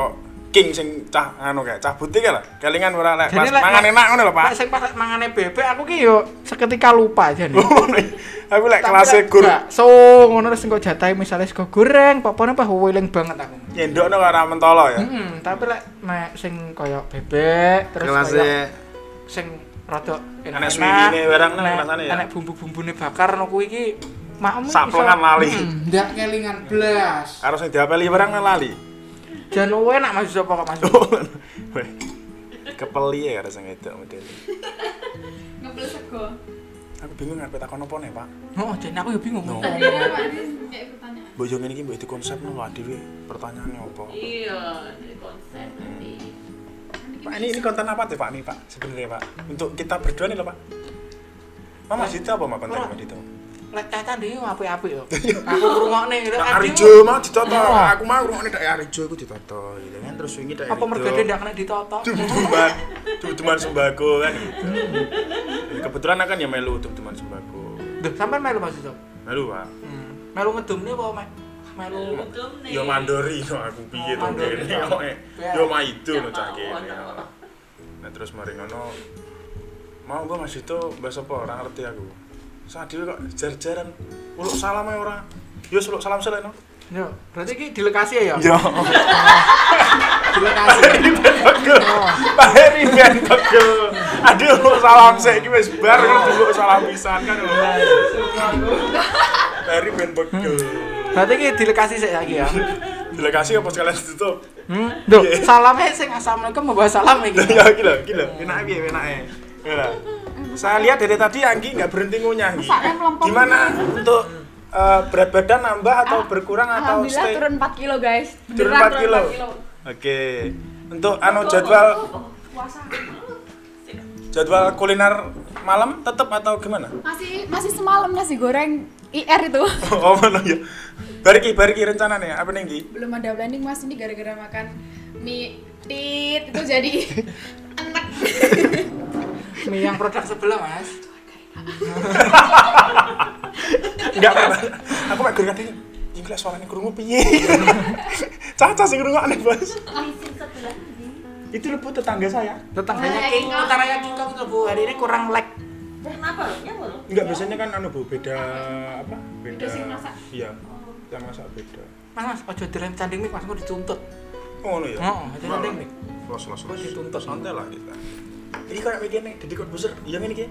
Speaker 1: King sing cah anu kae, cah putih kae lah. Kelingan ora lek pas
Speaker 2: Jadi lek-
Speaker 1: mangan
Speaker 2: lek-
Speaker 1: enak ngono lho, Pak.
Speaker 2: Lek sing pas mangane bebek aku ki yo seketika lupa aja nih
Speaker 1: Aku lek kelas gur
Speaker 2: so ngono terus engko jatahe misale sego goreng popone apa weling banget aku
Speaker 1: nyendokno karo mentolo ya.
Speaker 2: hmm, tapi lek mek sing koyo bebek terus
Speaker 1: Kelas
Speaker 2: koyo sing rada
Speaker 1: Enek suwirine barang nang rasane ya.
Speaker 2: enak bumbu-bumbune bakar no kuwi iki makmu
Speaker 1: Saplengan lali.
Speaker 2: Hmm, ndak kelingan blas
Speaker 1: karo sing diapeli barang nang lali.
Speaker 2: jan enak Mas Yusuf kok Mas
Speaker 1: Weh. Kepeli ya karo sing wedok model.
Speaker 3: Ngebel sego.
Speaker 1: Aku bingung ngarepe takon opo nih, ya, Pak.
Speaker 2: oh jan aku yo bingung
Speaker 1: No.
Speaker 3: Tadi kan Pak Adi kayak pertanyaan.
Speaker 1: Mbok yo ngene iki mbok dikonsep nang wae dhewe. Pertanyaane opo?
Speaker 5: Iya, dari konsep nanti.
Speaker 1: Pak ini, ini konten apa tuh Pak nih Pak sebenarnya Pak untuk kita berdua nih loh Pak Mama Dita apa Mama konten Mama Dita?
Speaker 2: lek cacan dhewe apik-apik yo aku ngrungokne lek
Speaker 1: Dak
Speaker 2: adikmu-
Speaker 1: Arijo mau ditoto,
Speaker 2: Iya.
Speaker 1: aku mau rumahnya dak Arijo aku ditoto gitu kan terus wingi dak
Speaker 2: apa mergade
Speaker 1: gitu.
Speaker 2: ndak kena ditotok
Speaker 1: Dum-duman, dum-duman sembako kan gitu. Ya, Kebetulan akan ya melu dum-duman sembako.
Speaker 2: Duh, sampean melu Mas Yusuf
Speaker 1: Melu Pak.
Speaker 2: Hmm. Melu ngedumne apa mek? Melu
Speaker 5: Untung nih.
Speaker 1: Yo Ya mandori no aku piye to
Speaker 2: mandori,
Speaker 1: ngene.
Speaker 2: ya.
Speaker 1: yo, eh. Yo maido no
Speaker 5: Nggak
Speaker 1: cah
Speaker 5: mau,
Speaker 1: kene.
Speaker 5: nggak mau.
Speaker 1: Nah terus mari ngono mau gua Mas Dito mbak sapa ora ngerti aku. Sadhe kok jer-jeran uluk salam ae ora. Yo uluk salam selain no.
Speaker 2: Yo, berarti iki dilekasi ya?
Speaker 1: Yo.
Speaker 2: dilekasi.
Speaker 1: Ini ben pegel. Pak Heri ben pegel. Aduh uluk salam sik iki wis bar kan uluk salam pisan kan. lho. Pak Heri ben pegel.
Speaker 2: Berarti iki dilekasi sik saiki ya.
Speaker 1: Hmm? Delegasi apa sekalian ditutup?
Speaker 2: Hmm. Duh, salame sing assalamualaikum membawa salam iki.
Speaker 1: ya gila gila enak piye enake Gila. saya lihat dari tadi Anggi nggak berhenti ngunyah Anggi.
Speaker 7: Saknya melempem.
Speaker 1: gimana untuk eh, berat badan nambah atau berkurang atau
Speaker 8: Alhamdulillah
Speaker 1: stay
Speaker 8: turun 4 kilo guys.
Speaker 1: turun
Speaker 8: Beneran
Speaker 1: 4 kilo oke untuk anu jadwal jadwal kuliner malam tetap atau gimana
Speaker 8: Masih masih semalam nasi goreng IR itu.
Speaker 1: oh mana ya bariki bariki rencana nih apa nih Anggi?
Speaker 8: Belum ada blending Mas ini gara-gara makan mie tit itu jadi enak.
Speaker 2: Mie yang produk sebelah, Mas.
Speaker 1: Enggak pernah. Aku mek gorengan iki. Iki lek suarane krungu piye? Caca sing ngrungokne, Bos. Itu luput tetangga saya.
Speaker 2: Tetangganya King, utaranya King Kong tuh, gitu, Bu. Hari ini kurang lag.
Speaker 5: Kenapa lo? Nyawa lo?
Speaker 1: Enggak biasanya kan anu Bu beda apa? Beda.
Speaker 3: sing masak.
Speaker 1: Iya. Yang masak beda.
Speaker 2: Mas, Mas, ojo direm canding mic, Mas, kok dituntut.
Speaker 1: Oh, ngono ya.
Speaker 2: Heeh, ojo canding mic.
Speaker 1: Los los
Speaker 2: Gua
Speaker 1: los.
Speaker 2: dituntut.
Speaker 1: santai lah kita. Ini kayak begini, jadi kok besar. Iya ngene iki.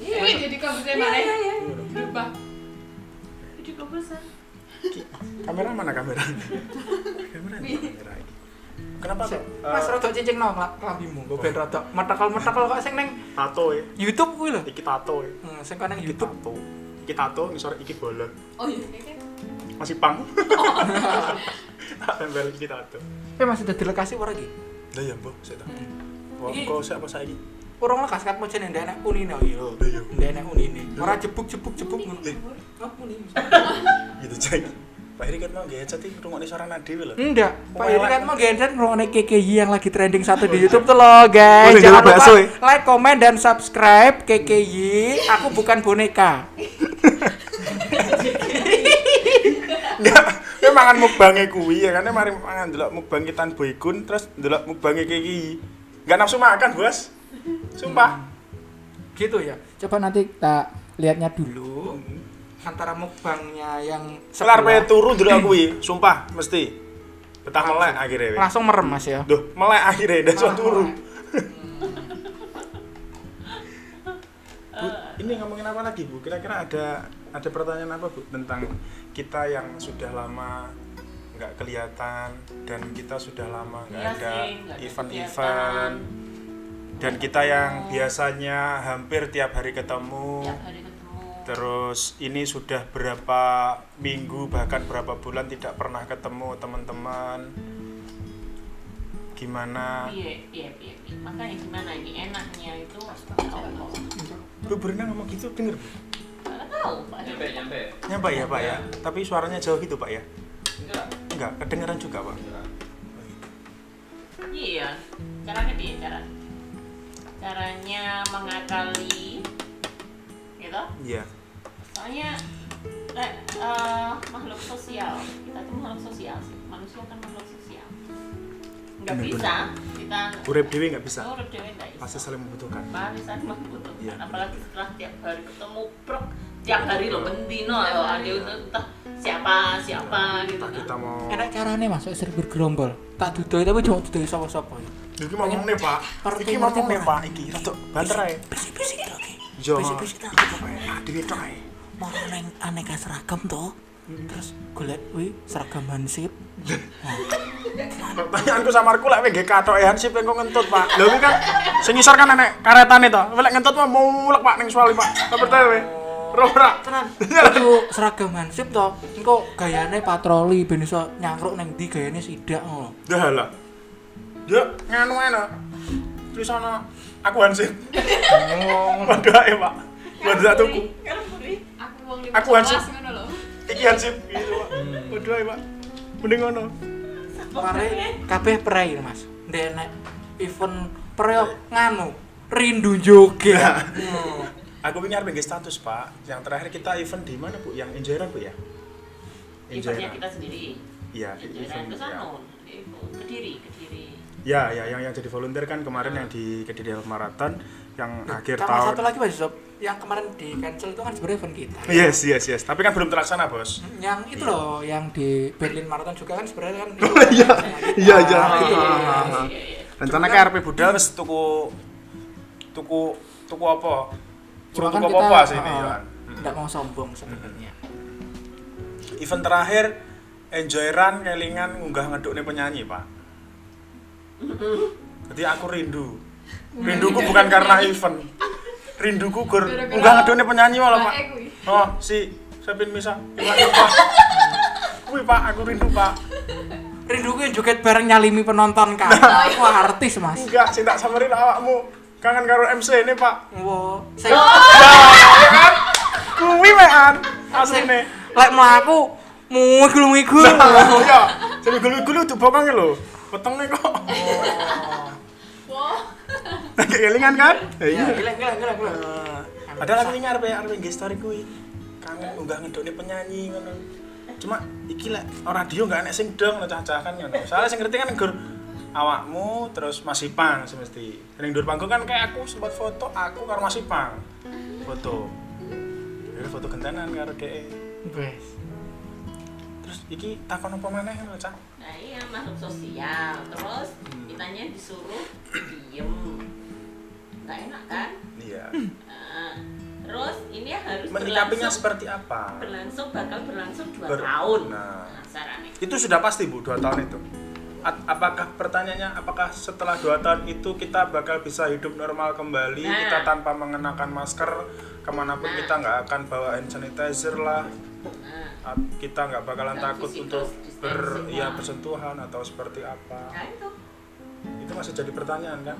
Speaker 8: Iya,
Speaker 3: Ini jadi kamu saya mana? Berubah.
Speaker 5: Jadi kau besar.
Speaker 1: Kamera mana kamera? kamera ini kamera ini. Kenapa kok?
Speaker 2: Mas,
Speaker 1: eh,
Speaker 2: rada cincin no klambimu. Gua ben rada metakal-metakal kok sing neng
Speaker 1: tato ya.
Speaker 2: YouTube kuwi lho.
Speaker 1: Iki tato ya.
Speaker 2: Hmm, sing kok neng
Speaker 1: Iki
Speaker 2: YouTube.
Speaker 1: tato. Iki tato ngisor iki bola.
Speaker 3: Oh iya, ini kan.
Speaker 1: masih pang tak tempel iki tato
Speaker 2: Eh, masih ada dilekasi ora iki?
Speaker 1: lah ya mbok saya tak wong
Speaker 2: Hmm. Iki-
Speaker 1: kok saya apa saiki
Speaker 2: Urung lekas kan mojone ndak enak unine oh, iya.
Speaker 1: Iya.
Speaker 2: Ndak enak unine. Ora jebuk-jebuk-jebuk ngono.
Speaker 1: Eh.
Speaker 2: Apa unine?
Speaker 1: gitu cek Pak Heri kan mau gak chat iki rungokne suara Dewi lho.
Speaker 2: Enggak, Pak Yuri
Speaker 1: Welek.
Speaker 2: kan mau gendeng ngrungokne KKI yang lagi trending satu
Speaker 1: Oh, iya.
Speaker 2: di YouTube tuh loh, guys.
Speaker 1: Boleh
Speaker 2: Jangan
Speaker 1: jalan
Speaker 2: lupa
Speaker 1: bakso, ya?
Speaker 2: like, komen dan subscribe KKI. Aku bukan boneka.
Speaker 1: Ya, ya mangan mukbange kuwi ya kan ya mari mangan delok mukbang kitan boykun terus delok mukbange kiki. Enggak nafsu makan, Bos.
Speaker 2: Hmm.
Speaker 1: Sumpah.
Speaker 2: Gitu ya. Coba nanti kita lihatnya dulu antara mukbangnya yang
Speaker 1: Selar pe
Speaker 2: sebelah,
Speaker 1: turu delok kuwi, sumpah mesti. Betah melek akhirnya. weh.
Speaker 2: langsung merem Mas ya.
Speaker 1: Duh, melek akhirnya dan suatu turu. Bu, ini ngomongin apa lagi Bu? Kira-kira ada ada pertanyaan apa Bu tentang kita yang sudah lama nggak kelihatan dan kita sudah lama nggak
Speaker 5: Iya
Speaker 1: ada
Speaker 5: sih, nggak ada
Speaker 1: event-event dan kita yang biasanya hampir tiap hari ketemu
Speaker 5: tiap hari ketemu
Speaker 1: terus ini sudah berapa minggu bahkan berapa bulan tidak pernah ketemu teman-teman gimana
Speaker 5: iya iya iya iya. makanya gimana ini enaknya itu ya Allah
Speaker 1: Bu berenang ngomong gitu denger Bu.
Speaker 5: nggak tahu pak
Speaker 4: Nyampe nyampe.
Speaker 1: Ya Pak ya Pak ya. Tapi suaranya jauh gitu Pak ya.
Speaker 4: Enggak.
Speaker 1: Enggak, kedengeran juga Pak.
Speaker 4: enggak.
Speaker 5: iya caranya dia cara caranya mengakali gitu
Speaker 1: Iya.
Speaker 5: soalnya eh, eh, makhluk sosial kita tuh makhluk sosial sih manusia kan makhluk sosial nggak
Speaker 1: Bener,
Speaker 5: bisa kita
Speaker 1: Urip dewi nggak bisa.
Speaker 5: urip dewe nggak bisa
Speaker 1: Pasti saling membutuhkan.
Speaker 5: Pasti saling membutuhkan
Speaker 1: Iya, bener.
Speaker 5: apalagi setelah tiap hari ketemu brok tiap hari lo bendino ya ada entah siapa siapa gitu
Speaker 1: Entah Iya, kita
Speaker 5: kan
Speaker 1: mau
Speaker 2: Enak carane Mas saya serba gerombol. Tak dudoi tapi jangan dudoi sapa-sapa ya.
Speaker 1: Iki ngomong nih Pak.
Speaker 2: Ngerti,
Speaker 1: Iki
Speaker 2: ngerti,
Speaker 1: ngomong nih
Speaker 2: Pak.
Speaker 1: Pak. Iki rada banter ae.
Speaker 2: Bisik-bisik to ki.
Speaker 1: Jo.
Speaker 2: Bisik-bisik to.
Speaker 1: Ah, dhewe tok ae.
Speaker 2: Moro neng aneka seragam to. Terus golek wi seragam hansip.
Speaker 1: Pertanyaanku samarku lek nggih katok e Hansip engko ngentut Pak. Lho kuwi kan sing ngisor kan enek karetane to. Kowe Lek ngentut mah mulek Pak ning suwali Pak. Tak percaya we. Rora.
Speaker 2: tenan itu seragam hansip toh engko gayane patroli ben iso nyangkruk neng ndi gayane sidak ngono
Speaker 1: Dah lah. Ya nganu ae no. Tulisana aku Hansip. Waduh ae Pak. Waduh tak tuku.
Speaker 8: aku uang lima
Speaker 1: Aku
Speaker 8: belas
Speaker 1: Hansip.
Speaker 8: ngono loh
Speaker 1: Iki Hansip gitu Pak. Waduh ae Pak. Mending ngono.
Speaker 2: pare kabeh prei mas ndek nek event prei nganu rindu joget
Speaker 1: Iya.
Speaker 2: Oh.
Speaker 1: Aku pengen arep nge status Pak. Yang terakhir kita event di mana Bu? Yang Injera Bu ya?
Speaker 5: eventnya kita sendiri
Speaker 1: Iya,
Speaker 5: jalan
Speaker 1: event. ya.
Speaker 5: ke sana kediri kediri
Speaker 1: Ya, ya, yang yang jadi volunteer kan kemarin yang di Kediri Health Marathon yang akhir
Speaker 2: sama
Speaker 1: tahun.
Speaker 2: satu lagi mas Sob yang kemarin di cancel itu kan sebenarnya event kita
Speaker 1: Yes, yes, yes. Tapi kan belum terlaksana, Bos.
Speaker 2: yang itu loh yang di Berlin Marathon juga kan sebenarnya kan
Speaker 1: Iya, iya, iya.
Speaker 2: gitu.
Speaker 5: iya iya
Speaker 1: Rencana ke RP Budal wis tuku tuku tuku apa?
Speaker 2: Cuma
Speaker 1: Suruh
Speaker 2: kan
Speaker 1: tuku
Speaker 2: kita
Speaker 1: apa sih ini, ya kan?
Speaker 2: oh,
Speaker 1: Mm-hmm. Yohan?
Speaker 2: nggak mau sombong sebenarnya
Speaker 1: Event terakhir enjoy run kelingan ngunggah ngedukne penyanyi, Pak. Jadi aku rindu. Rinduku bukan karena event. Rinduku gur
Speaker 8: Gara-gara
Speaker 1: ngunggah ngedukne penyanyi malah, Pak.
Speaker 8: Bae kuwi.
Speaker 1: Oh, si Sepin Misa. Gimana, Pak? Wih, Pak, aku rindu, Pak.
Speaker 2: rinduku yang joget bareng nyalimi penonton kan
Speaker 1: Nah.
Speaker 2: aku artis mas
Speaker 1: Enggak, cinta samperin awakmu. Kangen karo MC ini, Pak.
Speaker 2: wow
Speaker 1: Oh.
Speaker 2: saya
Speaker 1: Kuwi wean asline.
Speaker 2: lek melaku mengigul mengigul
Speaker 1: Iya, jadi gulu-gulu tuh bokong lho. Wetenge kok.
Speaker 8: wow
Speaker 1: Kayak kelingan kan? Ya, Iya.
Speaker 2: gila gila gila gila
Speaker 1: Eh, Padahal aku ini ya, arep arep nggih story kuwi.
Speaker 5: Iya.
Speaker 1: Kangen unggah ngedokne penyanyi
Speaker 5: Eh.
Speaker 1: ngono. Cuma iki lek ora radio enggak enek sing dong cah-cahan ngono. Soale sing ngerti kan nggur awakmu terus Mas Ipang semesti. Ning dur panggung kan kayak aku sempat foto aku karo Mas Ipang. Foto.
Speaker 5: Hmm.
Speaker 1: Ya foto gentanan karo dhek.
Speaker 2: Wes.
Speaker 1: Terus iki takon apa maneh ngono, Cah?
Speaker 5: Nah iya makhluk sosial terus
Speaker 1: Hmm.
Speaker 5: kitanya disuruh diem nggak enak kan
Speaker 1: Iya.
Speaker 5: Nah, terus ini harus
Speaker 1: Menyikapinya
Speaker 5: berlangsung
Speaker 1: seperti apa?
Speaker 5: berlangsung bakal berlangsung dua
Speaker 1: Ber-
Speaker 5: tahun
Speaker 1: Nah.
Speaker 5: nah sarannya
Speaker 1: Itu sudah pasti Bu, dua tahun itu. A- apakah pertanyaannya apakah setelah dua tahun itu kita bakal bisa hidup normal kembali
Speaker 5: Nah.
Speaker 1: kita tanpa mengenakan masker kemanapun
Speaker 5: Nah.
Speaker 1: kita nggak akan bawa hand sanitizer lah
Speaker 5: nah,
Speaker 1: a- kita nggak bakalan
Speaker 5: Nggak
Speaker 1: takut untuk
Speaker 5: physical
Speaker 1: ber
Speaker 5: distancing
Speaker 1: ya
Speaker 5: lah.
Speaker 1: bersentuhan atau seperti apa
Speaker 5: nah itu
Speaker 1: itu masih jadi pertanyaan kan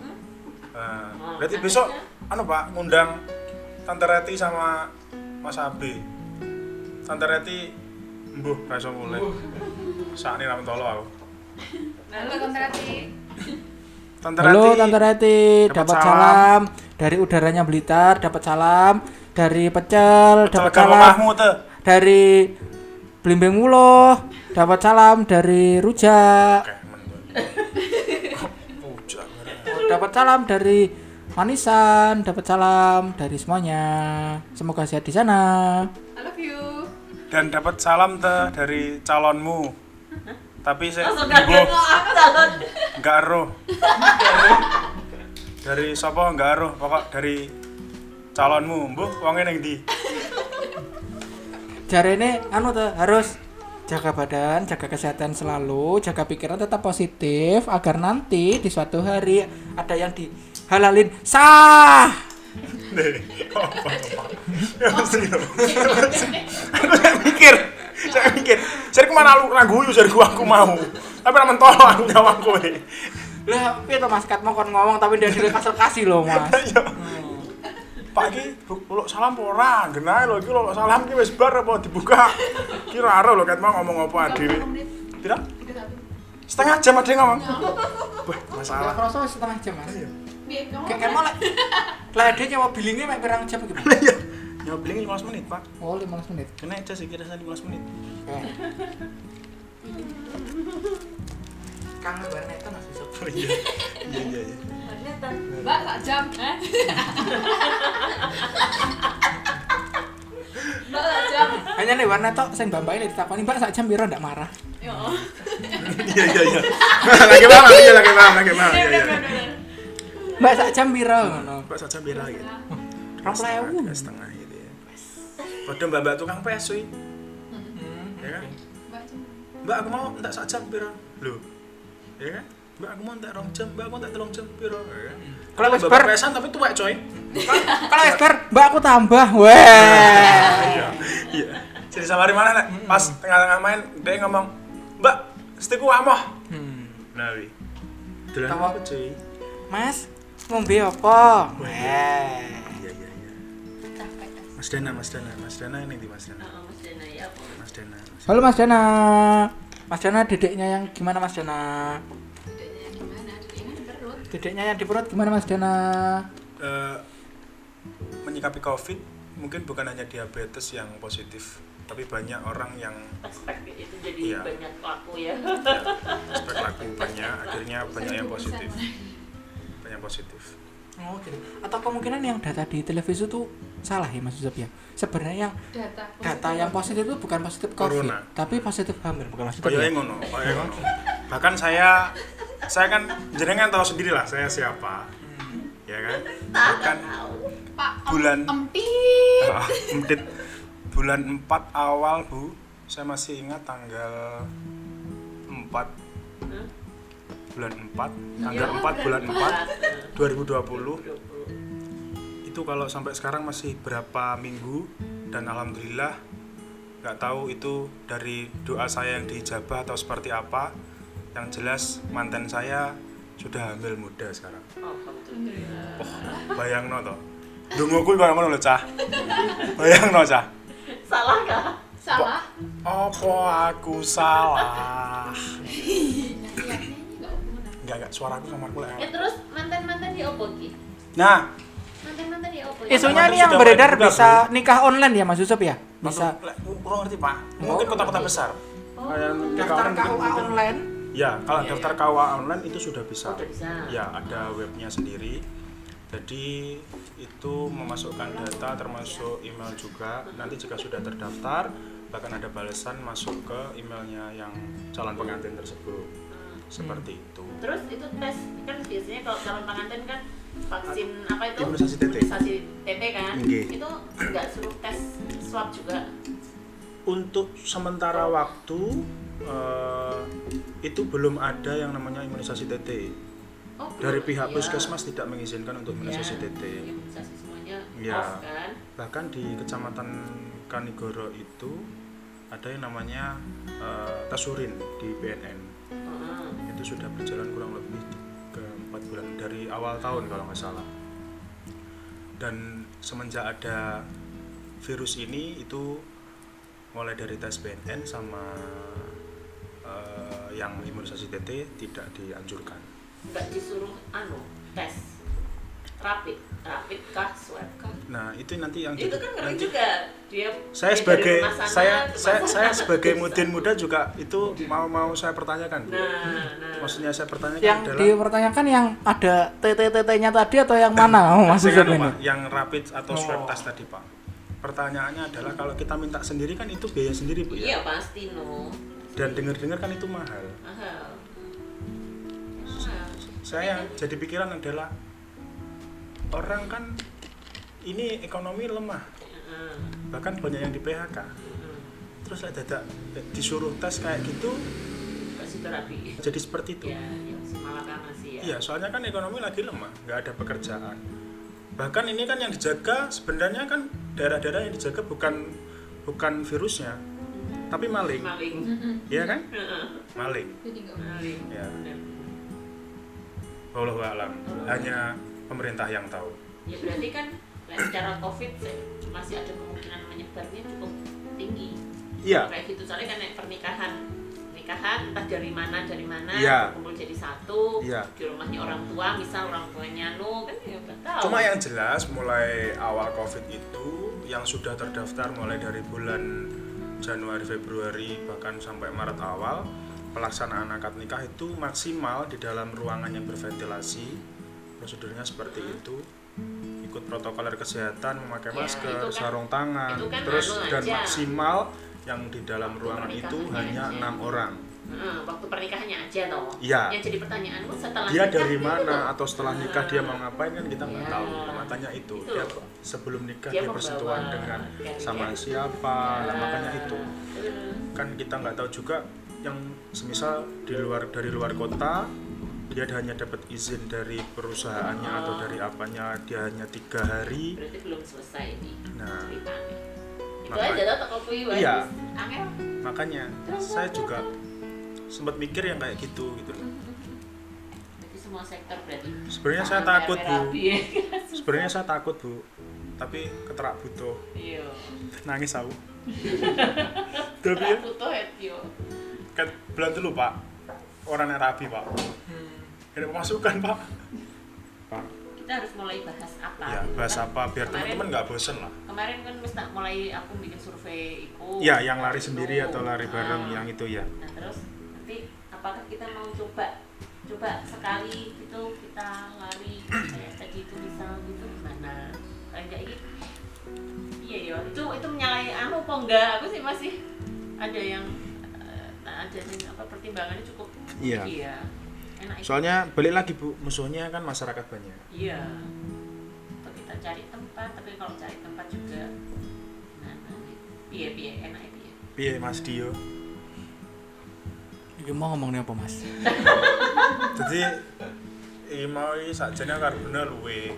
Speaker 1: nah,
Speaker 5: Hmm,
Speaker 1: berarti
Speaker 5: makanya-
Speaker 1: besok anu pak ngundang tante Reti sama Mas Abi tante Reti Mbuh, ra iso mulai. Sakne ra mentolo aku.
Speaker 8: Halo Tante Rati.
Speaker 1: Tante
Speaker 2: Halo
Speaker 1: Rati.
Speaker 2: Tante Reti,
Speaker 1: Dapat
Speaker 2: dapat
Speaker 1: salam.
Speaker 2: salam dari udaranya Blitar, dapat salam dari Pecel,
Speaker 1: Pecel
Speaker 2: dapat
Speaker 1: gang
Speaker 2: salam
Speaker 1: omahmu, Te.
Speaker 2: dari Blimbing Wuluh, dapat salam dari Rujak,
Speaker 1: Oke, men. Kok Pujak. barang.
Speaker 2: dapat salam dari Manisan, dapat salam dari semuanya. Semoga sehat di sana.
Speaker 8: I love you.
Speaker 1: Dan dapat salam teh dari calonmu. Tapi saya
Speaker 5: langsung kaget kok aku calon
Speaker 1: enggak eruh. Dari sapa enggak eruh, pokok dari calonmu. Mbuh, wonge ning ndi?
Speaker 2: Jare ini anu tuh harus jaga badan, jaga kesehatan selalu, jaga pikiran tetap positif agar nanti di suatu hari ada yang dihalalin sah.
Speaker 1: Nih, kok apa? Ya mesti lho. Aku saya mikir, saya mikir. Jadi kemana lu ragu guyu jadi gua aku mau. Tapi ra mentolo aku jawab kowe.
Speaker 2: Lah, piye to Mas Kat mau kon ngomong tapi dia dhewe kasar kasih loh Mas.
Speaker 1: Ayo. Pak iki bu- uluk salam apa ora? Genahe lho iki uluk salam iki wis bar apa dibuka. Iki ra ero lho ket mau ngomong apa dhewe. Tidak? Setengah jam ada yang ngomong. Wah, masalah.
Speaker 2: Kroso setengah jam Mas.
Speaker 8: Biar kamu
Speaker 2: Kayak kayak mau lek lek dia nyawa billingnya mek pirang jam gitu.
Speaker 1: Ya, ya beli 15 menit, Pak.
Speaker 2: Oh, 15 menit.
Speaker 1: Kena aja sih kira 15 menit.
Speaker 2: Eh. Kangen banget itu Mas Yusuf.
Speaker 1: Oh iya. Iya iya iya.
Speaker 8: Mbak sak jam. eh? Mbak sak jam.
Speaker 2: Hanya nih warna tok sing bambake lek ditakoni Mbak sak jam piro ndak marah.
Speaker 8: Yo.
Speaker 1: Iya iya iya. Lagi paham, iya lagi paham, lagi paham. Iya iya.
Speaker 2: Mbak sak jam piro ngono.
Speaker 1: Pak saja bira gitu.
Speaker 2: 20.000.
Speaker 1: Tiga setengah gitu ya. Padahal mbak-mbak tukang pesui.
Speaker 2: Hmm.
Speaker 1: Ya kan?
Speaker 8: Mbak jam.
Speaker 1: Mbak aku mau entak sak jam pira? Lho. Ya kan? Mbak aku mau entak rong jam, mbak aku mau entak telung jam pira? Ya kan?
Speaker 2: Kalau wis
Speaker 1: Mbak
Speaker 2: bar,
Speaker 1: pesan tapi tuwek coy.
Speaker 2: kalau wis bar, Mbak aku tambah. Weh.
Speaker 1: Iya. Iya. Jadi sabar di mana nek pas tengah-tengah main dia ngomong, "Mbak, stiku amoh."
Speaker 2: Hmm.
Speaker 1: Nah, wi. Dolan
Speaker 2: Tawa.
Speaker 1: aku cuy.
Speaker 2: Mas, ngombe apa? Weh.
Speaker 1: Iya iya iya. Mas Dana, Mas Dana, Mas Dana ini di Mas Dana.
Speaker 5: oh, Mas Dena ya apa
Speaker 1: Mas Dana. Mas-
Speaker 2: Halo Mas Dana. Mas Dana dedeknya yang gimana Mas Dana?
Speaker 8: Adanya gimana? Adanya di perut.
Speaker 2: Dedeknya yang di perut gimana Mas Dana?
Speaker 1: Eh, menyikapi COVID mungkin bukan hanya diabetes yang positif, tapi banyak orang yang
Speaker 5: perspektif itu jadi
Speaker 1: Iya.
Speaker 5: banyak laku ya
Speaker 1: spek laku banyak akhirnya banyak yang positif banyak yang positif
Speaker 2: Oh gitu. Atau kemungkinan yang data di televisi itu salah ya Mas Yusuf ya. Sebenarnya yang
Speaker 8: Data.
Speaker 2: data yang positif itu bukan positif COVID,
Speaker 1: Corona.
Speaker 2: tapi positif hamil bukan positif. ya?
Speaker 1: kaya Iya, ngono kaya ngono bahkan saya saya kan jenengan tahu sendiri lah saya siapa
Speaker 2: Hmm.
Speaker 1: ya kan bahkan
Speaker 8: Pak
Speaker 1: bulan
Speaker 8: Empit.
Speaker 1: Ah, emtit. bulan 4 awal bu saya masih ingat tanggal 4 bulan
Speaker 2: Iya,
Speaker 1: 4 tanggal 4 bulan 4 2020 itu kalau sampai sekarang masih berapa minggu dan alhamdulillah nggak tahu itu dari doa saya yang diijabah atau seperti apa yang jelas mantan saya sudah hamil muda sekarang
Speaker 5: alhamdulillah
Speaker 1: bayangno to dungoku kaya ngono lho cah bayangno cah
Speaker 5: salah kah
Speaker 8: Salah.
Speaker 1: apa aku salah enggak enggak suaraku sama aku
Speaker 5: ya
Speaker 1: lek
Speaker 5: terus mantan mantan ya apa ki
Speaker 1: nah
Speaker 5: mantan mantan ya apa ya
Speaker 2: Isunya
Speaker 1: Teman-teman
Speaker 2: ini yang
Speaker 1: sudah
Speaker 2: beredar
Speaker 1: mulai buka,
Speaker 2: bisa nikah online ya Mas Yusuf ya? Bisa
Speaker 1: bisa kurang ngerti pak mungkin kota-kota besar Kayak nikah
Speaker 2: daftar
Speaker 1: online
Speaker 2: KUA
Speaker 1: mungkin.
Speaker 2: online.
Speaker 1: Ya, kalau daftar KUA online itu sudah bisa.
Speaker 5: Iya, Sudah bisa.
Speaker 1: Ya, ada webnya sendiri. Jadi itu memasukkan data termasuk
Speaker 5: Iya.
Speaker 1: email juga. Nanti jika sudah terdaftar, bahkan ada balasan masuk ke emailnya yang calon pengantin tersebut.
Speaker 5: Hmm.
Speaker 1: Seperti itu.
Speaker 5: terus itu tes kan biasanya kalau calon pengantin kan vaksin apa itu
Speaker 1: Imunisasi TT.
Speaker 5: imunisasi TT kan
Speaker 1: Nggih.
Speaker 5: itu nggak suruh tes swab juga
Speaker 1: Untuk sementara waktu eh, itu belum ada yang namanya imunisasi TT.
Speaker 5: oh,
Speaker 1: Dari
Speaker 5: belum.
Speaker 1: pihak
Speaker 5: Iya.
Speaker 1: puskesmas tidak mengizinkan untuk imunisasi
Speaker 5: Iya.
Speaker 1: TT.
Speaker 5: imunisasi semuanya
Speaker 1: Iya.
Speaker 5: off kan
Speaker 1: bahkan di kecamatan Kanigoro itu ada yang namanya eh, tes urin di BNN
Speaker 5: Heeh.
Speaker 1: itu sudah berjalan kurang lebih ke empat bulan dari awal tahun kalau nggak salah dan semenjak ada virus ini itu mulai dari tes BNN sama eh, yang imunisasi TT tidak dianjurkan
Speaker 5: nggak disuruh anu tes rapid rapid kah swab kah
Speaker 1: nah itu nanti yang
Speaker 5: itu
Speaker 1: jadi-
Speaker 5: kan ngeri
Speaker 1: nanti-
Speaker 5: juga dia
Speaker 1: saya
Speaker 5: dia dari
Speaker 1: sebagai
Speaker 5: rumah sana
Speaker 1: saya
Speaker 5: ke
Speaker 1: saya,
Speaker 5: rumah
Speaker 1: saya
Speaker 5: sana.
Speaker 1: sebagai mudin muda juga itu mau mau saya pertanyakan Bu.
Speaker 5: nah nah
Speaker 1: maksudnya saya pertanyakan
Speaker 2: yang
Speaker 1: adalah
Speaker 2: dipertanyakan yang ada TTTT-nya tadi atau yang mana? Oh,
Speaker 1: Saya
Speaker 2: maksudnya
Speaker 1: lupa,
Speaker 2: ini.
Speaker 1: yang rapid atau
Speaker 2: Oh.
Speaker 1: swab test tadi pak pertanyaannya adalah kalau kita minta sendiri kan itu biaya sendiri bu ya
Speaker 5: iya pasti no
Speaker 1: dan dengar-dengar kan itu mahal
Speaker 5: mahal Mahal.
Speaker 1: saya yang
Speaker 5: Iya.
Speaker 1: jadi pikiran adalah orang kan ini ekonomi lemah
Speaker 5: Heeh.
Speaker 1: bahkan banyak yang di PHK
Speaker 5: Hmm.
Speaker 1: terus saya dadak disuruh tes kayak gitu
Speaker 5: kasih terapi
Speaker 1: jadi seperti itu
Speaker 5: ya ya malah kangen sih ya
Speaker 1: Iya, soalnya kan ekonomi lagi lemah, nggak ada pekerjaan. Bahkan ini kan yang dijaga sebenarnya kan daerah-daerah yang dijaga bukan bukan virusnya, tapi maling,
Speaker 5: maling
Speaker 1: iya kan? Maling.
Speaker 8: Jadi nggak
Speaker 5: maling
Speaker 1: Ya.
Speaker 5: Bener.
Speaker 1: Wallahu a'lam. Hanya pemerintah yang tahu.
Speaker 5: ya berarti kan kayak secara covid se- masih ada kemungkinan menyebarnya cukup tinggi
Speaker 1: Iya.
Speaker 5: kayak gitu soalnya kan kayak pernikahan pernikahan entah dari mana dari mana
Speaker 1: Iya.
Speaker 5: kumpul jadi satu
Speaker 1: Iya.
Speaker 5: di rumahnya orang tua misal orang tuanya nu kan ya nggak tahu
Speaker 1: Cuma yang jelas mulai awal Covid itu yang sudah terdaftar mulai dari bulan Januari, Februari bahkan sampai Maret awal pelaksanaan akad nikah itu maksimal di dalam ruangan yang berventilasi. Prosedurnya seperti itu. Ikut protokoler kesehatan, memakai
Speaker 5: Hmm. Ya, itu
Speaker 1: masker,
Speaker 5: kan-
Speaker 1: sarung tangan,
Speaker 5: itu kan
Speaker 1: terus
Speaker 5: anu
Speaker 1: dan
Speaker 5: aja.
Speaker 1: maksimal yang di dalam
Speaker 5: Waktu
Speaker 1: ruangan itu
Speaker 5: pernikahannya
Speaker 1: hanya
Speaker 5: aja.
Speaker 1: enam orang.
Speaker 5: Heeh, waktu pernikahannya aja toh
Speaker 1: Iya.
Speaker 5: yang jadi pertanyaanku setelah
Speaker 1: dia
Speaker 5: nikah gitu
Speaker 1: dari
Speaker 5: itu
Speaker 1: mana
Speaker 5: tuh,
Speaker 1: atau setelah nikah dia mau ngapain kan kita nggak
Speaker 5: Ya.
Speaker 1: tahu makanya itu
Speaker 5: Itu.
Speaker 1: dia sebelum nikah dia,
Speaker 5: Dia membawa gitu.
Speaker 1: bersentuhan dengan
Speaker 5: keluarga.
Speaker 1: sama siapa lah,
Speaker 5: Nah,
Speaker 1: makanya itu
Speaker 5: heeh.
Speaker 1: kan kita nggak tahu juga yang semisal di luar dari luar kota dia hanya dapat izin dari perusahaannya atau dari apanya dia hanya tiga hari
Speaker 5: berarti belum selesai nih
Speaker 1: Nah.
Speaker 5: ceritanya itu
Speaker 1: Makanya.
Speaker 5: aja toh toko kui wes.
Speaker 1: Iya.
Speaker 5: angel
Speaker 1: makanya saya juga sempat mikir yang kayak gitu gitu loh.
Speaker 5: berarti semua sektor berarti
Speaker 1: sebenarnya saya
Speaker 5: Tangan
Speaker 1: takut bu
Speaker 5: rapi, ya.
Speaker 1: sebenarnya saya takut bu tapi keterak butuh
Speaker 5: iya
Speaker 1: nangis aku tapi ya
Speaker 5: Terang butuh ya, Tio.
Speaker 1: kat bulan dulu pak orang yang rapi pak ada pemasukan pak
Speaker 5: kita harus mulai bahas apa
Speaker 1: ya bahas apa biar
Speaker 5: Kemarin-
Speaker 1: teman-teman nggak bosen lah
Speaker 5: kemarin kan mesti tak mulai aku bikin survei ikut
Speaker 1: ya yang lari sendiri atau lari bareng
Speaker 5: Ah.
Speaker 1: yang itu ya
Speaker 5: nah terus nanti apakah kita mau coba coba sekali gitu kita lari kayak tadi itu misal gitu gimana kayak gitu iya ya itu itu menyalahi anu apa enggak aku sih masih ada yang eh, nah, ada yang apa pertimbangannya cukup
Speaker 1: Iya.
Speaker 5: enak ikut.
Speaker 1: soalnya balik lagi bu musuhnya kan masyarakat banyak
Speaker 5: Iya. Atau kita cari tempat, tapi kalau cari tempat juga nah, nah, piye piye enak iya. piye.
Speaker 1: piye mas Dio
Speaker 2: Iki mau ngomongnya apa, Mas?
Speaker 1: jadi ini mau ini sakjane karo bener luwe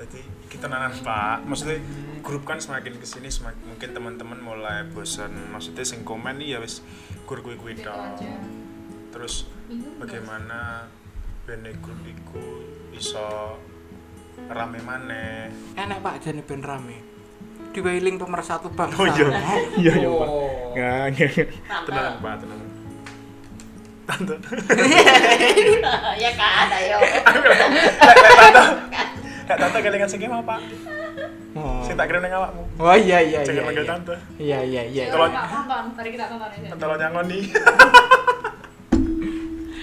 Speaker 1: jadi kita tenanan pak maksudnya grup kan semakin kesini semakin mungkin teman-teman mulai bosan maksudnya sing komen iya wis gur kuwi kuwi
Speaker 8: Itu
Speaker 1: tok.
Speaker 8: aja.
Speaker 1: terus
Speaker 8: Bingung.
Speaker 1: bagaimana bene grup iku iso rame maneh
Speaker 2: Enak Pak jane ben rame. Diwiling pemersatu bangsa.
Speaker 1: iya
Speaker 4: Oh.
Speaker 1: nggak
Speaker 5: Tante.
Speaker 1: tenanan pak tenanan tante
Speaker 5: ya kan, ayo.
Speaker 1: Kak tante kelingan sing mau pak
Speaker 2: Oh.
Speaker 1: sing tak kirim nang awakmu
Speaker 2: Oh iya iya iya.
Speaker 1: jangan panggil
Speaker 2: iya.
Speaker 1: tante
Speaker 2: Iya iya iya.
Speaker 8: Ya,
Speaker 1: Kalau-
Speaker 8: Pak, nonton, mari kita nonton aja.
Speaker 1: Tolong nyangoni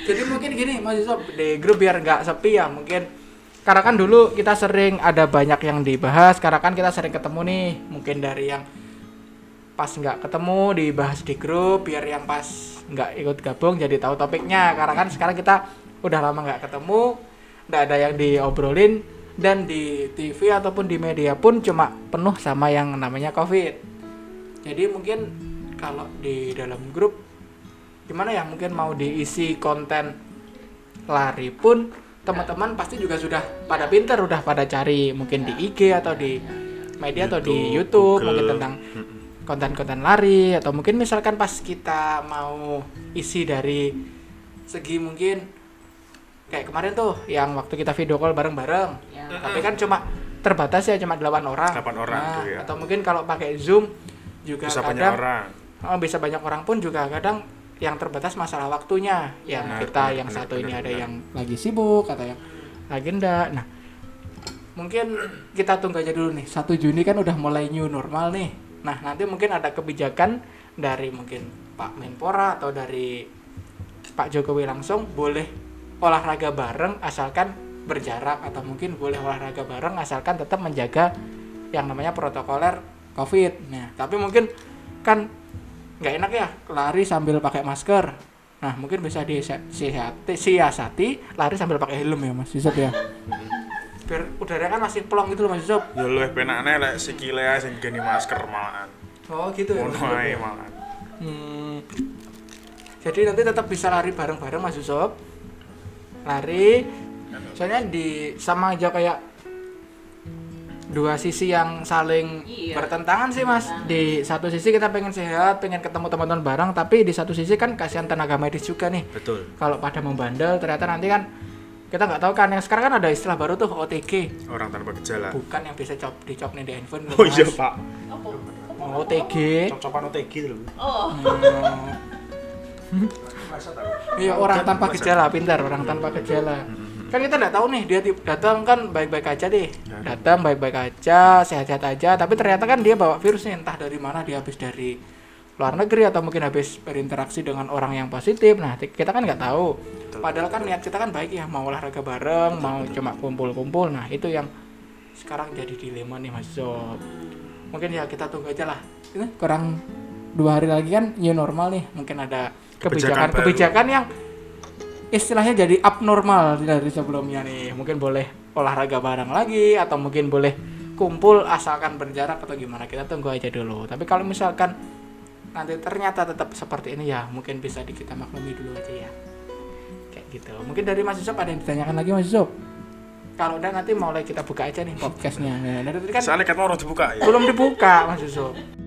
Speaker 2: Jadi mungkin gini Mas Yusuf di grup biar nggak sepi ya mungkin karena kan dulu kita sering ada banyak yang dibahas karena kan kita sering ketemu nih mungkin dari yang pas nggak ketemu dibahas di grup biar yang pas nggak ikut gabung jadi tahu topiknya karena kan sekarang kita udah lama nggak ketemu nggak ada yang diobrolin dan di TV ataupun di media pun cuma penuh sama yang namanya COVID jadi mungkin kalau di dalam grup gimana ya mungkin mau diisi konten lari pun teman-teman pasti juga sudah pada pinter udah pada cari mungkin di IG atau di media atau di YouTube
Speaker 1: YouTube, Google.
Speaker 2: mungkin tentang konten-konten lari atau mungkin misalkan pas kita mau isi dari segi mungkin kayak kemarin tuh yang waktu kita video call bareng-bareng
Speaker 5: Ya.
Speaker 2: tapi kan cuma terbatas ya cuma 8 orang.
Speaker 1: Delapan orang tuh ya.
Speaker 2: Atau mungkin kalau pakai Zoom juga
Speaker 1: bisa banyak
Speaker 2: kadang
Speaker 1: orang
Speaker 2: Oh, bisa banyak orang pun juga kadang yang terbatas masalah waktunya yang
Speaker 1: Benar,
Speaker 2: kita
Speaker 1: benar,
Speaker 2: yang
Speaker 1: benar,
Speaker 2: satu
Speaker 1: benar,
Speaker 2: ini ada
Speaker 1: benar.
Speaker 2: yang lagi sibuk atau yang lagi enggak nah mungkin kita tunggu aja dulu nih satu Juni kan udah mulai new normal nih nah nanti mungkin ada kebijakan dari mungkin Pak Menpora atau dari Pak Jokowi langsung boleh olahraga bareng asalkan berjarak atau mungkin boleh olahraga bareng asalkan tetap menjaga yang namanya protokoler COVID. Nah, tapi mungkin kan nggak enak ya lari sambil pakai masker. Nah, mungkin bisa disiasati, siasati lari sambil pakai helm ya Mas Yusuf ya. Biar udaranya kan masih pelong gitu loh Mas Yusuf.
Speaker 1: ya lu penaknya lek sikile ae sing geni masker malahan
Speaker 2: Oh gitu
Speaker 1: ngono ae malahan
Speaker 2: Hmm. Jadi nanti tetap bisa lari bareng-bareng Mas Yusuf. Lari. Soalnya di sama aja kayak dua sisi yang saling
Speaker 5: Iya.
Speaker 2: bertentangan sih Mas. Di satu sisi kita pengen sehat, pengen ketemu teman-teman bareng, tapi di satu sisi kan kasihan tenaga medis juga nih.
Speaker 1: betul
Speaker 2: Kalau pada membandel ternyata nanti kan kita nggak tahu kan yang sekarang kan ada istilah baru tuh OTG,
Speaker 1: orang tanpa gejala
Speaker 2: bukan yang bisa cop dicop nih di handphone.
Speaker 1: oh iya
Speaker 2: Mas.
Speaker 1: pak
Speaker 5: Apa?
Speaker 2: OTG.
Speaker 1: cocok OTG lho
Speaker 5: Oh,
Speaker 2: Hmm.
Speaker 1: masa tahu
Speaker 2: Iya orang
Speaker 1: Kan
Speaker 2: tanpa
Speaker 1: masa-
Speaker 2: gejala pintar orang tanpa gejala. Kan kita nggak tahu nih dia tiba- datang kan baik-baik aja deh. Datang baik-baik aja, sehat-sehat aja. Tapi ternyata kan dia bawa virusnya entah dari mana dia habis dari luar negeri atau mungkin habis berinteraksi dengan orang yang positif. Nah ti- kita kan nggak tahu. Padahal kan niat kita kan baik ya mau olahraga bareng, mau cuma kumpul-kumpul. Nah itu yang sekarang jadi dilema nih Mas Sob. Mungkin ya kita tunggu aja lah. Ini kurang dua hari lagi kan new normal nih. Mungkin ada
Speaker 1: Kebijakan baru.
Speaker 2: kebijakan-kebijakan yang istilahnya jadi abnormal dari sebelumnya nih mungkin boleh olahraga bareng lagi atau mungkin boleh kumpul asalkan berjarak atau gimana kita tunggu aja dulu tapi kalau misalkan nanti ternyata tetap seperti ini ya mungkin bisa di kita maklumi dulu aja ya kayak gitu mungkin dari Mas Yusuf ada yang ditanyakan lagi Mas Yusuf kalau udah nanti mulai kita buka aja nih podcastnya nah, dari tadi kan
Speaker 1: soalnya kan orang dibuka ya
Speaker 2: belum dibuka Mas Yusuf